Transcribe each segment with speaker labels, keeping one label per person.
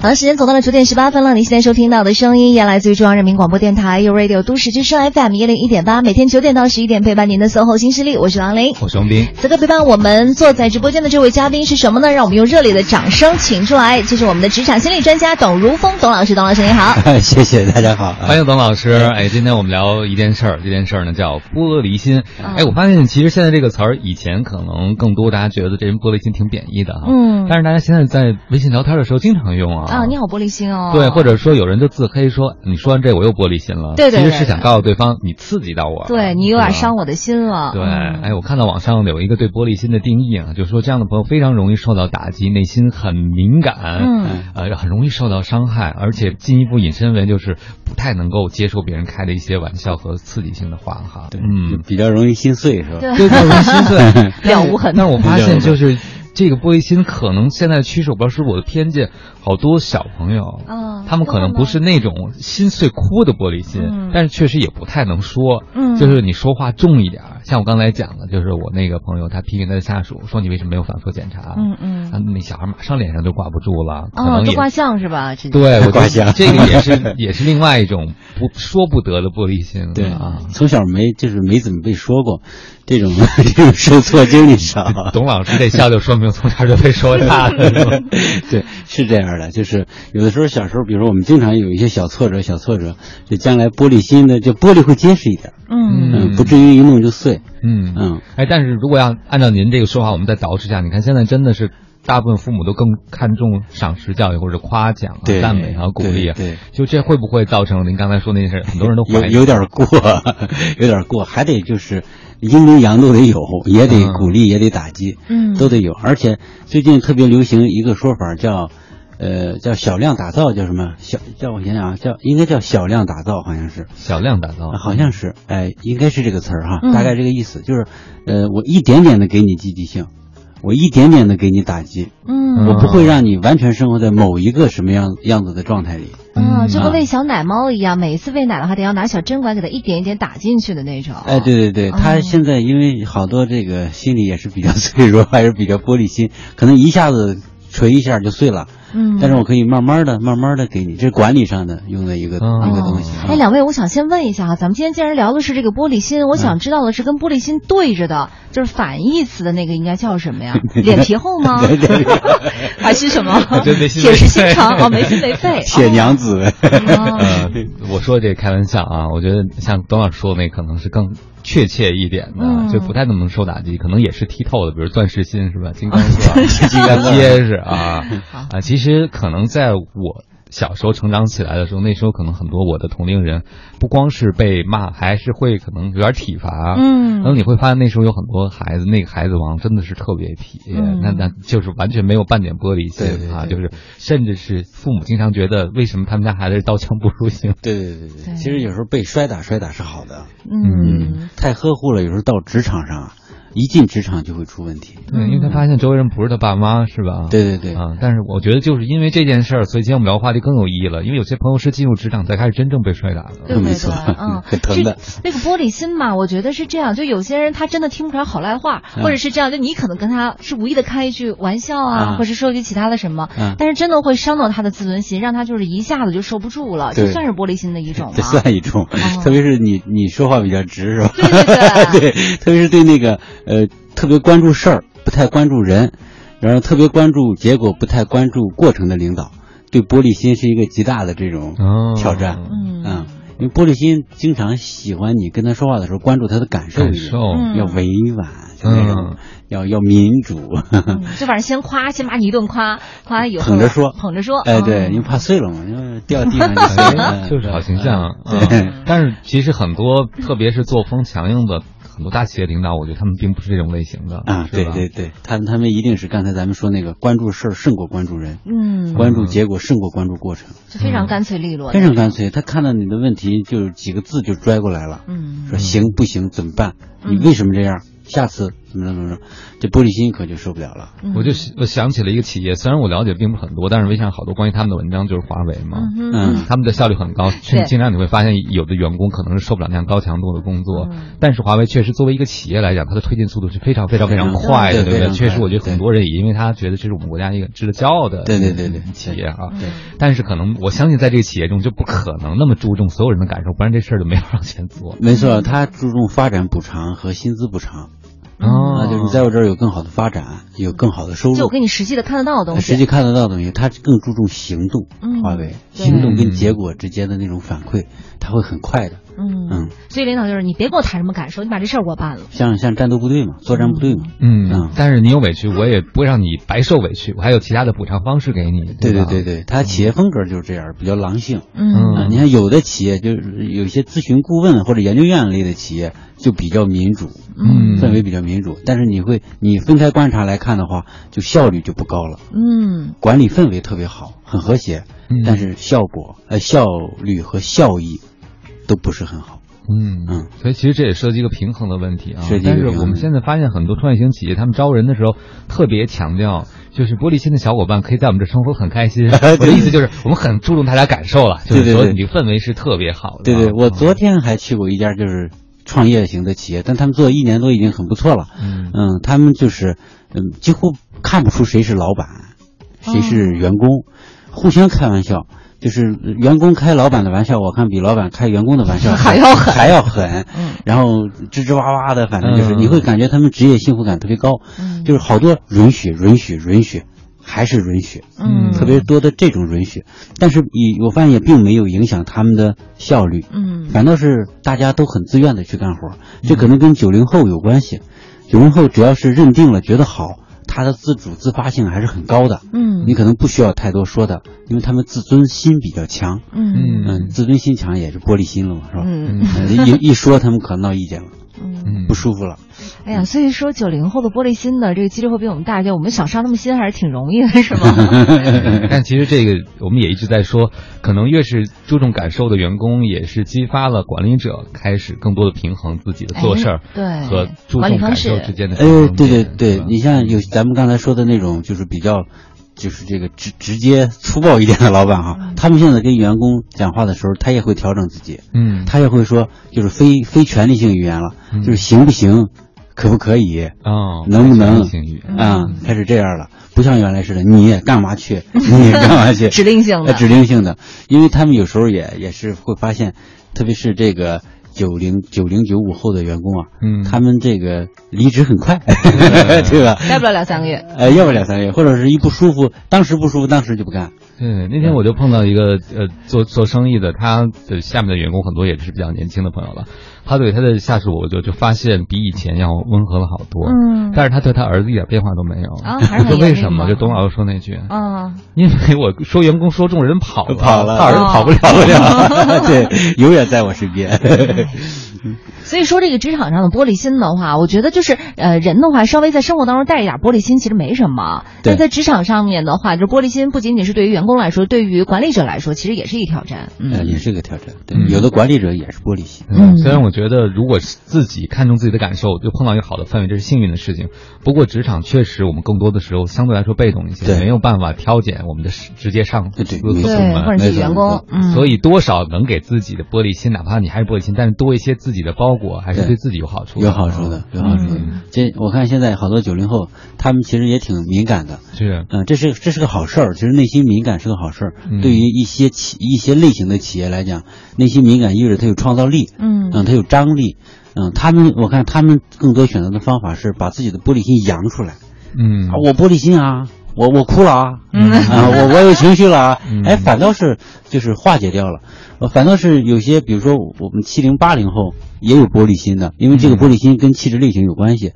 Speaker 1: 好的，时间走到了九点十八分了。您现在收听到的声音也来自于中央人民广播电台 u Radio 都市之声 FM 一零一点八，每天九点到十一点陪伴您的 SOHO 新势力，我是郎琳。
Speaker 2: 我是王斌。
Speaker 1: 此刻陪伴我们坐在直播间的这位嘉宾是什么呢？让我们用热烈的掌声请出来，就是我们的职场心理专家董如风董老师。董老师您 好，
Speaker 3: 谢谢大家好，啊
Speaker 2: 欢迎董老师。哎，今天我们聊一件事儿，这件事儿呢叫玻璃心。
Speaker 1: 嗯
Speaker 2: 哎，我发现其实现在这个词儿，以前可能更多大家觉得这人玻璃心挺贬义的啊，
Speaker 1: 嗯
Speaker 2: 但是大家现在在微信聊天的时候经常用啊，
Speaker 1: 啊，你好玻璃心哦。
Speaker 2: 对，或者说有人就自黑说你说完这我又玻璃心了，
Speaker 1: 对对
Speaker 2: 其
Speaker 1: 对
Speaker 2: 实是想告诉对方你刺激到我了，
Speaker 1: 对你有点
Speaker 2: 是吧
Speaker 1: 伤我的心了。
Speaker 2: 对，
Speaker 1: 嗯
Speaker 2: 哎，我看到网上有一个对玻璃心的定义啊，就说这样的朋友非常容易受到打击，内心很敏感，
Speaker 1: 嗯，
Speaker 2: 呃，很容易受到伤害，而且进一步引申为就是不太能够接受别人开的一些玩笑和刺激性的话哈。
Speaker 3: 对，就
Speaker 2: 嗯，
Speaker 3: 比较容易心碎是吧？
Speaker 1: 对
Speaker 2: 对，容易心碎，
Speaker 1: 了无 痕
Speaker 2: 但是我发现就是这个玻璃心，可能现在的趋势，我不知道是不是我的偏见，好多小朋友，
Speaker 1: 嗯
Speaker 2: 他们可能不是那种心碎哭的玻璃心，
Speaker 1: 嗯
Speaker 2: 但是确实也不太能说，
Speaker 1: 嗯
Speaker 2: 就是你说话重一点儿。像我刚才讲的，就是我那个朋友，他批评他的下属说你为什么没有反复检查？
Speaker 1: 嗯嗯
Speaker 2: 啊，那小孩马上脸上就挂不住了，可
Speaker 1: 哦，
Speaker 2: 能
Speaker 1: 都
Speaker 2: 也
Speaker 1: 挂相是吧？这
Speaker 2: 对，我觉
Speaker 3: 挂
Speaker 2: 得
Speaker 3: 相
Speaker 2: 这个也 是也是另外一种不说不得的玻璃心
Speaker 3: 对
Speaker 2: 啊。
Speaker 3: 从小没就是没怎么被说过，这种 这种受挫经历少。
Speaker 2: 董老师这笑就说明从小就被说大 了，是吧
Speaker 3: 对，是这样的，就是有的时候小时候，比如说我们经常有一些小挫折，小挫折，就将来玻璃心的，就玻璃会结实一点，
Speaker 1: 嗯
Speaker 3: 嗯，不至于一弄就碎，
Speaker 2: 嗯
Speaker 3: 嗯，
Speaker 2: 哎，但是如果要按照您这个说法，我们再捯饬一下，你看现在真的是。大部分父母都更看重赏识教育或者夸奖啊、
Speaker 3: 对
Speaker 2: 赞美啊、鼓励啊，
Speaker 3: 对对
Speaker 2: 就这会不会造成您刚才说那件事？很多人都
Speaker 3: 有
Speaker 2: 怀疑，
Speaker 3: 有点过， 有点过，还得就是阴阳阳都得有，也得鼓励，也得打击，
Speaker 1: 嗯
Speaker 3: 都得有。而且最近特别流行一个说法叫，呃，叫小量打造，叫什么？小叫我想想啊，叫应该叫小量打造，好像是。
Speaker 2: 小量打造，啊
Speaker 3: 好像是，哎，应该是这个词儿哈，
Speaker 1: 哦嗯
Speaker 3: 大概这个意思就是，呃，我一点点的给你积极性，我一点点的给你打击，
Speaker 1: 嗯
Speaker 3: 我不会让你完全生活在某一个什么样样子的状态里。
Speaker 1: 啊，
Speaker 2: 嗯
Speaker 1: 就跟喂小奶猫一样，每一次喂奶的话，得要拿小针管给它一点一点打进去的那种。
Speaker 3: 哎，对对对，他
Speaker 1: 哦
Speaker 3: 现在因为好多这个心理也是比较 脆弱，还是比较玻璃心，可能一下子锤一下就碎了。
Speaker 1: 嗯，
Speaker 3: 但是我可以慢慢的、慢慢的给你，这是管理上的用的一个、
Speaker 2: 哦
Speaker 3: 一个啊东西。
Speaker 1: 哎，两位，我想先问一下啊，咱们今天既然聊的是这个玻璃心，我想知道的是跟玻璃心对着的， 就是反义词的那个应该叫什么 呀？脸皮厚吗？ 还是什么
Speaker 2: 我觉得没？心没肺
Speaker 1: 铁石心肠哦，没心 没肺。
Speaker 3: 铁娘子，
Speaker 1: 哦。
Speaker 2: 呃，我说这开玩笑啊，我觉得像董老师说的那可能是更确切一点的，
Speaker 1: 嗯
Speaker 2: 就不太那么受打击，可能也是剔透的，比如钻石心是吧？金刚钻，金刚结实啊啊！其实可能在我。小时候成长起来的时候，那时候可能很多我的同龄人，不光是被骂，还是会可能有点体罚。啊
Speaker 1: 嗯
Speaker 2: 然后你会发现那时候有很多孩子，那个孩子王真的是特别铁，
Speaker 1: 嗯
Speaker 2: 那那就是完全没有半点玻璃心
Speaker 3: 对对
Speaker 2: 啊，就
Speaker 3: 对
Speaker 2: 是甚至是父母经常觉得为什么他们家孩子是刀枪不入型，
Speaker 3: 对对
Speaker 1: 对
Speaker 3: 对对，其实有时候被摔打摔打是好的，
Speaker 1: 嗯，
Speaker 3: 太呵护了，有时候到职场上啊，一进职场就会出问题。
Speaker 1: 嗯
Speaker 2: 对，因为他发现周围人不是他爸妈，是吧？
Speaker 3: 对对对，
Speaker 2: 啊，但是我觉得就是因为这件事儿，所以今天我们聊话题更有意义了，因为有些朋友是进入职场才开始真正被摔打的。
Speaker 1: 对对
Speaker 3: 没
Speaker 1: 对
Speaker 3: 错，
Speaker 1: 嗯，
Speaker 3: 很疼的
Speaker 1: 这那个玻璃心嘛，我觉得是这样，就有些人他真的听不出来好赖话，
Speaker 3: 嗯
Speaker 1: 或者是这样，就你可能跟他是无意的开一句玩笑啊，
Speaker 3: 啊
Speaker 1: 或是说一句其他的什么
Speaker 3: 嗯，
Speaker 1: 但是真的会伤到他的自尊心，让他就是一下子就受不住了，这
Speaker 3: 对
Speaker 1: 算是玻璃心的一种
Speaker 3: 这
Speaker 1: 吗？
Speaker 3: 算一种，特别是你你说话比较直是吧？
Speaker 1: 对对
Speaker 3: 对，特别是对那个呃特别关注事儿，不太关注人，然后特别关注结果，不太关注过程的领导，对玻璃心是一个极大的这种
Speaker 2: 哦
Speaker 3: 挑战。
Speaker 1: 嗯
Speaker 3: 嗯，因为玻璃心经常喜欢你跟他说话的时候关注他的感受一
Speaker 2: 感
Speaker 3: 点，
Speaker 2: 受，
Speaker 1: 嗯
Speaker 3: 要委婉，就那种
Speaker 2: 嗯
Speaker 3: 要要民主。
Speaker 1: 嗯，就反正先夸，先把你一顿夸，夸完以后
Speaker 3: 捧着说
Speaker 1: 捧着说，
Speaker 3: 哎，对，
Speaker 1: 嗯
Speaker 3: 因为怕碎了嘛，因为掉地上就碎 了，
Speaker 2: 就是哎好形象啊。
Speaker 3: 嗯对
Speaker 2: 嗯但是其实很多，特别是作风强硬的很多大企业领导，我觉得他们并不是这种类型的
Speaker 3: 啊，
Speaker 2: 是
Speaker 3: 对
Speaker 2: 吧
Speaker 3: 对对，他们他们一定是刚才咱们说那个关注事儿胜过关注人，
Speaker 1: 嗯，
Speaker 3: 关注结果胜过关注过程，
Speaker 1: 就非常干脆利落，
Speaker 3: 非常干脆。他看到你的问题，就几个字就拽过来了，
Speaker 1: 嗯，
Speaker 3: 说行不行，怎么办？
Speaker 1: 嗯
Speaker 3: 你为什么这样？下次怎么着怎么着，这玻璃心可就受不了了。
Speaker 1: 嗯
Speaker 2: 我就我想起了一个企业，虽然我了解并不是很多，但是微信上好多关于他们的文章就是华为嘛，
Speaker 1: 嗯
Speaker 3: 嗯
Speaker 1: 嗯
Speaker 2: 他们的效率很高，
Speaker 1: 对
Speaker 2: 经经常你会发现有的员工可能是受不了那样高强度的工作，
Speaker 1: 嗯
Speaker 2: 但是华为确实作为一个企业来讲，它的推进速度是非常非常非常快的，对
Speaker 3: 对
Speaker 2: 不
Speaker 3: 非常
Speaker 2: 对？
Speaker 3: 快
Speaker 2: 确实，我觉得很多人也因为他觉得这是我们国家一个值得骄傲的
Speaker 3: 对对对对
Speaker 2: 企业啊。
Speaker 1: 对
Speaker 2: 但是可能我相信，在这个企业中就不可能那么注重所有人的感受，不然这事儿就没法往前做。
Speaker 3: 没错，他注重发展补偿和薪资补偿，
Speaker 2: 哦
Speaker 3: 嗯那就是你在我这儿有更好的发展，有更好的收
Speaker 1: 就我
Speaker 3: 入，
Speaker 1: 给你实际的看得到的东
Speaker 3: 实
Speaker 1: 西，
Speaker 3: 际看得到的东西，他更注重行动。
Speaker 1: 嗯
Speaker 3: 华为
Speaker 1: 对
Speaker 3: 行动跟结果之间的那种反馈，他会很快的。
Speaker 1: 嗯
Speaker 3: 嗯，
Speaker 1: 所以领导就是你别给我谈什么感受，你把这事儿给我办了。
Speaker 3: 像像战斗部队嘛，作战部队嘛，
Speaker 2: 嗯
Speaker 3: 嗯，
Speaker 2: 但是你有委屈，我也不会让你白受委屈，我还有其他的补偿方式给你。
Speaker 3: 对
Speaker 2: 对
Speaker 3: 对
Speaker 2: 吧
Speaker 3: 对，对，他企业风格就是这样，比较狼性。
Speaker 1: 嗯
Speaker 3: 啊，你看有的企业就是有一些咨询顾问或者研究院类的企业就比较民主，
Speaker 2: 嗯
Speaker 3: 氛围比较民主，但是你会你分开观察来看的话，就效率就不高了。
Speaker 1: 嗯
Speaker 3: 管理氛围特别好，很和谐，
Speaker 2: 嗯
Speaker 3: 但是效果呃效率和效益都不是很好。
Speaker 2: 嗯
Speaker 3: 嗯，
Speaker 2: 所以其实这也涉及一个平衡的问题啊。
Speaker 3: 涉及一个
Speaker 2: 但是
Speaker 3: 平衡
Speaker 2: 我们现在发现很多创业型企业，他们招人的时候特别强调，就是玻璃心的小伙伴可以在我们这生活很开 心。我的意思就是，我们很注重大家感受了，就
Speaker 3: 对
Speaker 2: 是
Speaker 3: 对
Speaker 2: 说
Speaker 3: 对
Speaker 2: 你这个氛围是特别好的啊。
Speaker 3: 对对，我
Speaker 2: 嗯
Speaker 3: 昨天还去过一家就是创业型的企业，但他们做一年多已经很不错了。
Speaker 2: 嗯
Speaker 3: 嗯，他们就是嗯，几乎看不出谁是老板，
Speaker 1: 哦
Speaker 3: 谁是员工，互相开玩笑。就是呃员工开老板的玩笑，我看比老板开员工的玩 笑
Speaker 1: 还要狠
Speaker 3: 还要狠。
Speaker 1: 嗯
Speaker 3: 然后吱吱哇哇的，反正就是
Speaker 2: 嗯
Speaker 3: 你会感觉他们职业幸福感特别高，
Speaker 1: 嗯
Speaker 3: 就是好多允许、允许、允许，还是允许。
Speaker 1: 嗯
Speaker 3: 特别多的这种允许，但是也我发现也并没有影响他们的效率，
Speaker 1: 嗯
Speaker 3: 反倒是大家都很自愿的去干活，这可能跟九零后有关系。九零后只要是认定了觉得好，他的自主自发性还是很高的，
Speaker 1: 嗯
Speaker 3: 你可能不需要太多说的，因为他们自尊心比较强，
Speaker 1: 嗯
Speaker 3: 嗯，自尊心强也是玻璃心了嘛，是吧？
Speaker 1: 嗯
Speaker 3: 呃一一说他们可能闹意见了，
Speaker 1: 嗯。
Speaker 2: 嗯
Speaker 3: 不舒服了。
Speaker 1: 哎呀，所以说九零后的玻璃心的这个几率会比我们大一些，我们想伤他们心还是挺容易的，是 吗？
Speaker 2: 但其实这个我们也一直在说，可能越是注重感受的员工，也是激发了管理者开始更多的平衡自己的做事儿
Speaker 1: 哎对
Speaker 2: 和注
Speaker 1: 管理
Speaker 2: 重
Speaker 1: 方
Speaker 2: 感
Speaker 1: 式
Speaker 2: 受之间的嗯
Speaker 1: 嗯
Speaker 2: 平
Speaker 3: 呃，
Speaker 2: 衡
Speaker 3: 对
Speaker 2: 点。
Speaker 3: 对对，
Speaker 2: 吧
Speaker 3: 你像有咱们刚才说的那种，就是比较，就是这个直直接粗暴一点的老板哈，
Speaker 1: 嗯
Speaker 3: 他们现在跟员工讲话的时候，他也会调整自己，
Speaker 2: 嗯
Speaker 3: 他也会说，就是非非权利性语言了，
Speaker 2: 嗯
Speaker 3: 就是行不行，可不可以，
Speaker 2: 哦，
Speaker 3: 能不能
Speaker 2: 非常幸运
Speaker 1: 嗯
Speaker 3: 啊、开始这样了，不像原来似的，你也干 嘛去，你也干嘛去，
Speaker 1: 指令性的
Speaker 3: 呃，指令性的，因为他们有时候也也是会发现，特别是这个九零九零九五后的员工啊，
Speaker 2: 嗯
Speaker 3: 他们这个离职很快， 对吧？
Speaker 1: 待嗯不了两三个月。
Speaker 3: 呃，要不两三个月，或者是一不舒服，当时不舒服，当时就不干。
Speaker 2: 对，那天我就碰到一个呃做做生意的，他的下面的员工很多也是比较年轻的朋友了，他对他的下属我就就发现比以前要温和了好多，
Speaker 1: 嗯
Speaker 2: 但是他对他儿子一点变化都没有
Speaker 1: 啊还是
Speaker 2: 我说
Speaker 1: 很严厉
Speaker 2: 为什
Speaker 1: 吗
Speaker 2: 么？就董老师说那句，
Speaker 1: 啊，
Speaker 2: 因为我说员工说中人跑了，
Speaker 3: 跑了
Speaker 2: 他儿
Speaker 1: 哦
Speaker 2: 子跑不了
Speaker 3: 不了， 对，永远在我身边。
Speaker 1: 所以说这个职场上的玻璃心的话，我觉得就是呃，人的话稍微在生活当中带一点玻璃心其实没什么，
Speaker 3: 对
Speaker 1: 但在职场上面的话，就玻璃心不仅仅是对于员工来说，对于管理者来说，其实也是一挑战。
Speaker 3: 呃
Speaker 1: 嗯
Speaker 3: 也是个挑战，对，
Speaker 2: 嗯
Speaker 3: 有的管理者也是玻璃心。
Speaker 1: 嗯
Speaker 2: 虽然我觉得，如果是自己看重自己的感受，就碰到一个好的氛围，这是幸运的事情。不过职场确实，我们更多的时候相对来说被动一些，
Speaker 3: 对
Speaker 2: 没有办法挑拣我们的是直接上司
Speaker 3: 对
Speaker 2: 司
Speaker 3: 对
Speaker 2: 部
Speaker 3: 没错
Speaker 1: 对，
Speaker 2: 门，
Speaker 1: 或者是员工，嗯，
Speaker 2: 所以多少能给自己的玻璃心，哪怕你还是玻璃心，但是多一些自己的包裹，还是
Speaker 3: 对
Speaker 2: 对自己有好处的，
Speaker 3: 有好处的，有好处的
Speaker 1: 嗯。
Speaker 3: 这我看现在好多九零后，他们其实也挺敏感的，
Speaker 2: 是，
Speaker 3: 嗯，这是这是个好事儿。其实内心敏感是个好事儿，
Speaker 2: 嗯
Speaker 3: 对于一些企一些类型的企业来讲，内心敏感意味着它有创造力，
Speaker 1: 嗯
Speaker 3: 嗯，它有张力，嗯，他们我看他们更多选择的方法是把自己的玻璃心扬出来，
Speaker 2: 嗯
Speaker 3: 啊，，我玻璃心啊，我我哭了啊，啊，我我有情绪了啊，
Speaker 2: 嗯
Speaker 3: 哎，反倒是就是化解掉了，呃反倒是有些比如说我们七零八零后也有玻璃心的，因为
Speaker 2: 嗯
Speaker 3: 这个玻璃心跟气质类型有关系，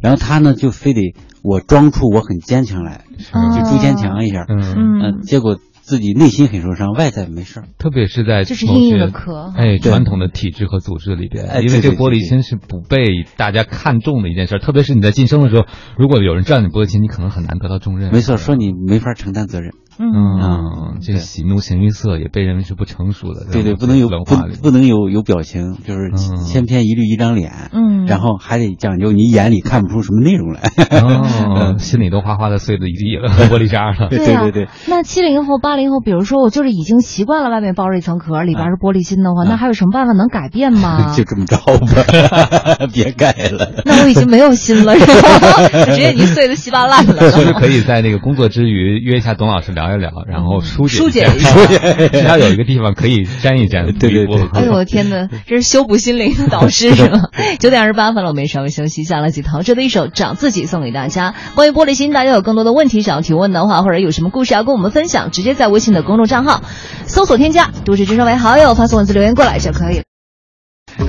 Speaker 3: 然后他呢就非得我装出我很坚强来，
Speaker 2: 是
Speaker 1: 嗯
Speaker 3: 就朱坚强一下，
Speaker 2: 嗯
Speaker 1: 嗯
Speaker 3: 嗯，结果自己内心很受伤，外在没事儿。
Speaker 2: 特别是在
Speaker 1: 这是
Speaker 2: 同
Speaker 1: 硬硬的
Speaker 2: 学
Speaker 1: 壳嗯
Speaker 2: 哎，
Speaker 3: 对
Speaker 2: 传统的体制和组织里边，
Speaker 3: 哎
Speaker 2: 因为
Speaker 3: 对
Speaker 2: 这
Speaker 3: 对
Speaker 2: 玻璃心是不被大家看重的一件事儿，特别是你在晋升的时候，如果有人占你玻璃心，你可能很难得到重任。
Speaker 3: 没错，说你没法承担责任，
Speaker 1: 嗯，
Speaker 2: 嗯，这个
Speaker 3: 对
Speaker 2: 喜怒形于色也被认为是不成熟的，
Speaker 3: 对对，
Speaker 2: 在
Speaker 3: 不能有
Speaker 2: 文
Speaker 3: 不
Speaker 2: 化里
Speaker 3: 不能有有表情，就是
Speaker 2: 嗯
Speaker 3: 千篇一律一张脸，
Speaker 1: 嗯
Speaker 3: 然后还得讲究你眼里看不出什么内容来，
Speaker 2: 哦，心里都哗哗的碎了一地了， 玻璃渣了。
Speaker 3: 嗯对
Speaker 1: 啊，
Speaker 3: 对对
Speaker 1: 那七零后、八零后，比如说我就是已经习惯了外面包着一层壳，里边是玻璃心的话，那还有什么办法能改变吗
Speaker 3: 嗯 就？这么着吧， 别盖了。
Speaker 1: 那我已经没有心了，是 吧？直接已经碎的稀巴烂了。
Speaker 2: 是不是可以在那个工作之余约一下董老师聊一聊，然后疏解
Speaker 1: 嗯疏解一
Speaker 2: 一下， 只要有一个地方可以沾一沾，
Speaker 3: 对对对
Speaker 2: 不 一不
Speaker 1: 哎呦，我的天呐，这是修补心灵的导师是吗？九点二十八分了，我们也稍微休息一下，来自陶喆的一首《找自己》送给大家。关于玻璃心，大家有更多的问题想要提问的话，或者有什么故事要跟我们分享，直接在微信的公众账号搜索添加“都市之声”为好友，发送文字留言过来就可以了。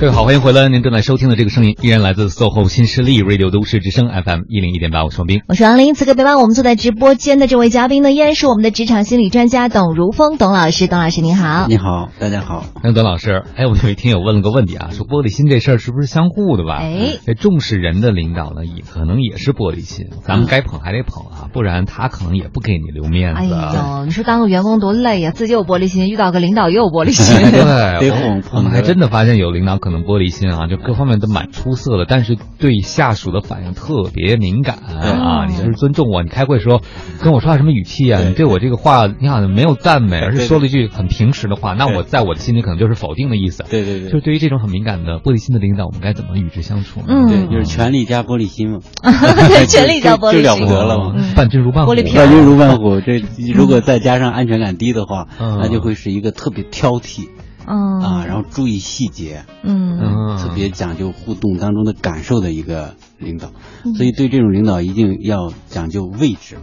Speaker 2: 各位好，欢迎回来，您正在收听的这个声音依然来自 SOHO 新势力 Radio 都市之声 FM 一零一点八，我是王斌。
Speaker 1: 我是王琳，此刻陪伴我们坐在直播间的这位嘉宾呢，依然是我们的职场心理专家董如风董老师。董老师您好，
Speaker 3: 你好，大家好，
Speaker 2: 那段老师，哎，我有一听友问了个问题啊，说玻璃心这事儿是不是相互的吧？
Speaker 1: 哎，
Speaker 2: 重视人的领导呢，也可能也是玻璃心，咱们该捧还得捧啊，不然他可能也不给你留面
Speaker 1: 哎
Speaker 2: 子啊。
Speaker 1: 呦，你说当个员工多累呀、自己有玻璃心，遇到个领导也有玻璃心。
Speaker 2: 对，
Speaker 3: 得
Speaker 2: 哎我
Speaker 3: 捧捧
Speaker 2: 我们还
Speaker 3: 着
Speaker 2: 真的发现有领导可能玻璃心啊，就各方面都蛮出色的，但是对下属的反应特别敏感啊。
Speaker 1: 哦
Speaker 2: 你是不是尊重我？你开会时候跟我说话什么语气啊？
Speaker 3: 对
Speaker 2: 你对我这个话，你好像没有赞美，而是
Speaker 3: 对对
Speaker 2: 说了一句很平实的话，那
Speaker 3: 对
Speaker 2: 我在我的心里可能就是否定的意思。
Speaker 3: 对对对
Speaker 2: 就对于这种很敏感的玻璃心的领导，我们该怎么与之相处呢？
Speaker 1: 嗯
Speaker 3: 对，就是权力加玻璃心嘛，
Speaker 1: 对， 全力叫玻璃
Speaker 3: 就了
Speaker 1: 心
Speaker 2: 嗯
Speaker 3: 不。得了嘛。
Speaker 2: 伴君如啊伴虎。
Speaker 1: 玻璃瓶
Speaker 3: 万军如万虎，这如果再加上安全感低的话，
Speaker 2: 嗯
Speaker 3: 那就会是一个特别挑剔
Speaker 1: 嗯
Speaker 3: 啊，然后注意细节，
Speaker 1: 嗯
Speaker 2: 嗯，
Speaker 3: 特别讲究互动当中的感受的一个领导。
Speaker 1: 嗯
Speaker 3: 所以对这种领导一定要讲究位置，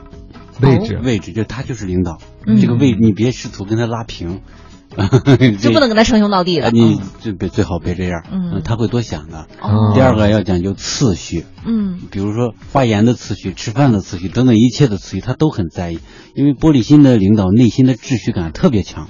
Speaker 2: 位置。
Speaker 3: 位置就他就是领导，
Speaker 1: 嗯
Speaker 3: 这个位你别试图跟他 拉平，
Speaker 1: 就不能跟他称兄道弟
Speaker 3: 这
Speaker 1: 了。
Speaker 3: 啊你就别最好别这样，
Speaker 1: 嗯
Speaker 3: 他会多想的。
Speaker 2: 嗯
Speaker 3: 第二个要讲究次序，
Speaker 1: 嗯
Speaker 3: 比如说发言的次序、吃饭的次序等等一切的次序，他都很在意，因为玻璃心的领导内心的秩序感特别强，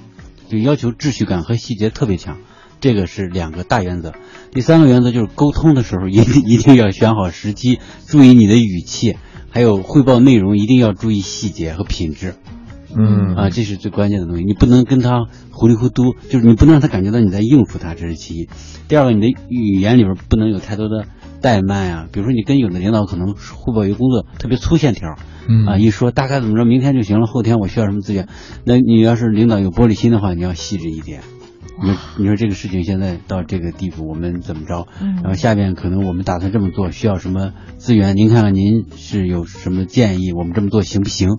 Speaker 3: 就要求秩序感和细节特别强，这个是两个大原则。第三个原则就是沟通的时候一定 一定要选好时机，注意你的语气，还有汇报内容一定要注意细节和品质
Speaker 2: 嗯
Speaker 3: 啊，这是最关键的东西。你不能跟他糊里糊涂，就是你不能让他感觉到你在应付他，这是其一。第二个，你的语言里边不能有太多的怠慢啊，比如说你跟有的领导可能汇报一个工作特别粗线条，
Speaker 2: 嗯
Speaker 3: 啊，一说大概怎么着，明天就行了，后天我需要什么资源，那你要是领导有玻璃心的话，你要细致一点。你说你说这个事情现在到这个地步，我们怎么着？
Speaker 1: 嗯
Speaker 3: 然后下边可能我们打算这么做，需要什么资源？您看看您是有什么建议？我们这么做行不行？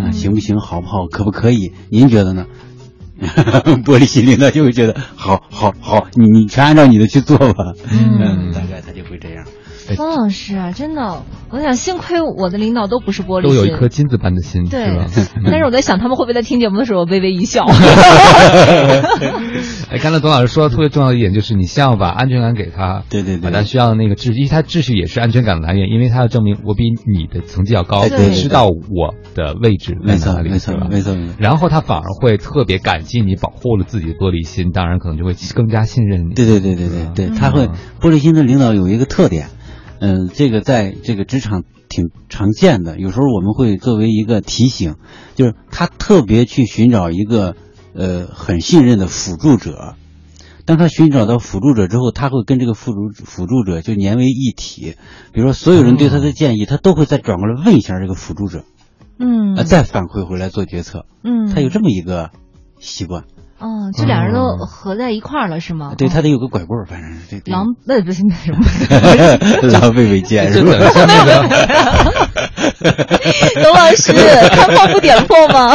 Speaker 3: 啊，
Speaker 2: 嗯
Speaker 3: 行不行？好不好？可不可以？您觉得呢？ 玻璃心领导就会觉得好，好，好，你你全按照你的去做吧。
Speaker 1: 嗯
Speaker 3: 大概他就会这样。
Speaker 1: 方老师啊，真的，我想幸亏我的领导都不是玻璃心，
Speaker 2: 都有一颗金子般的心，是
Speaker 1: 对
Speaker 2: 吧？，
Speaker 1: 但是我在想他们会不会在听节目的时候微微一笑。
Speaker 2: 哎，刚才董老师说的特别重要的一点就是，你先要把安全感给他，
Speaker 3: 对对
Speaker 2: 把
Speaker 3: 对
Speaker 2: 他需要的那个秩序，因为他秩序也是安全感的来源，因为他要证明我比你的成绩要高，
Speaker 1: 对对对
Speaker 2: 知道我的位置在
Speaker 3: 没错，
Speaker 2: 哪里，
Speaker 3: 没错
Speaker 2: 是吧，
Speaker 3: 没错，没错。
Speaker 2: 然后他反而会特别感激你保护了自己的玻璃心，当然可能就会更加信任你。
Speaker 3: 对对对对对对，
Speaker 1: 嗯
Speaker 3: 他会玻璃心的领导有一个特点，嗯、这个在这个职场挺常见的。有时候我们会作为一个提醒，就是他特别去寻找一个呃很信任的辅助者。当他寻找到辅助者之后，他会跟这个辅助辅助者就粘为一体。比如说，所有人对他的建议，他都会再转过来问一下这个辅助者，
Speaker 1: 嗯
Speaker 3: 啊，再反馈回来做决策。
Speaker 1: 嗯，
Speaker 3: 他有这么一个习惯，
Speaker 1: 哦，这俩人都合在一块儿了是吗？
Speaker 3: 啊对他得有个拐棍儿，反正是这这
Speaker 1: 狼狈不是 那什么，
Speaker 3: 狼狈为奸是
Speaker 2: 就等
Speaker 3: 吧？
Speaker 2: 于像那个，
Speaker 1: 董老师看破不点破吗？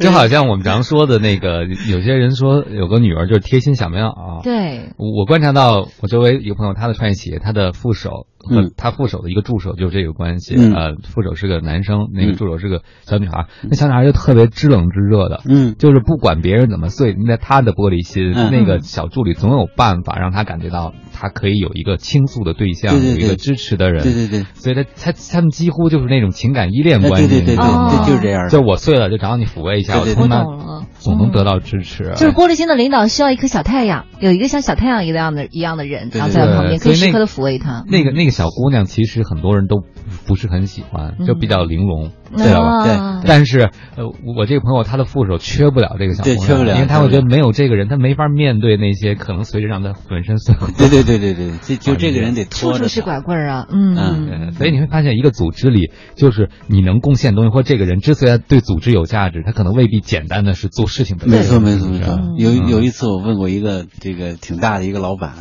Speaker 2: 就好像我们常说的那个，有些人说有个女儿就是贴心小棉袄，啊
Speaker 1: 对，
Speaker 2: 我我观察到我周围一个朋友，他的创业企业，他的副手和
Speaker 3: 嗯
Speaker 2: 他副手的一个助手就是这个关系。
Speaker 3: 嗯
Speaker 2: 呃，副手是个男生，那个
Speaker 3: 嗯
Speaker 2: 助手是个小女孩儿。那小女孩儿就特别知冷知热的，
Speaker 3: 嗯，
Speaker 2: 就是不管别人怎么碎，那他的玻璃心，
Speaker 3: 嗯
Speaker 2: 那个小助理总有办法让他感觉到他可以有一个倾诉的对象，
Speaker 3: 对对
Speaker 2: 有一个
Speaker 3: 对
Speaker 2: 支持的人，
Speaker 3: 对对对，
Speaker 2: 所以他他他们几乎就是那种情感依恋
Speaker 3: 哎
Speaker 2: 关
Speaker 3: 对
Speaker 2: 系，
Speaker 3: 对对
Speaker 2: 你
Speaker 3: 对
Speaker 2: 知道吗
Speaker 1: 哦
Speaker 3: 对，就是这样的。
Speaker 2: 就我碎了就找你抚慰一下，
Speaker 3: 对对
Speaker 2: 我
Speaker 1: 我
Speaker 2: 他妈
Speaker 1: 懂了，嗯
Speaker 2: 总能得到支持，啊
Speaker 1: 就是玻璃心的领导需要一颗小太阳，有一个像小太阳一样的一样的人，
Speaker 3: 对
Speaker 1: 然后在他旁边可以
Speaker 2: 对所以
Speaker 1: 时
Speaker 2: 那
Speaker 1: 刻的抚慰他。嗯
Speaker 2: 那个那个小姑娘，其实很多人都不是很喜欢，就
Speaker 1: 嗯
Speaker 2: 比较玲珑，知道吧？
Speaker 1: 啊，
Speaker 2: 但是，呃，我这个朋友他的副手缺不了这个小姑
Speaker 3: 对
Speaker 2: 娘，
Speaker 3: 缺不了
Speaker 2: 因为他会
Speaker 3: 缺
Speaker 2: 觉
Speaker 3: 不
Speaker 2: 得没有这个人，他没法面对那些可能随着让他浑 身碎骨。
Speaker 3: 对对对对对，这就这个人得
Speaker 1: 处
Speaker 3: 拖
Speaker 1: 处
Speaker 3: 着
Speaker 1: 是
Speaker 3: 他。
Speaker 1: 拐棍儿啊，嗯
Speaker 3: 嗯
Speaker 2: 对呃所以你会发现，一个组织里，就是你能贡献的东西，或这个人之所以对组织有价值，他可能未必简单的是做事情本身。
Speaker 3: 没错没错没
Speaker 2: 是吧
Speaker 3: 错
Speaker 1: 嗯。
Speaker 3: 有啊有一次我问过一个这个挺大的一个老板，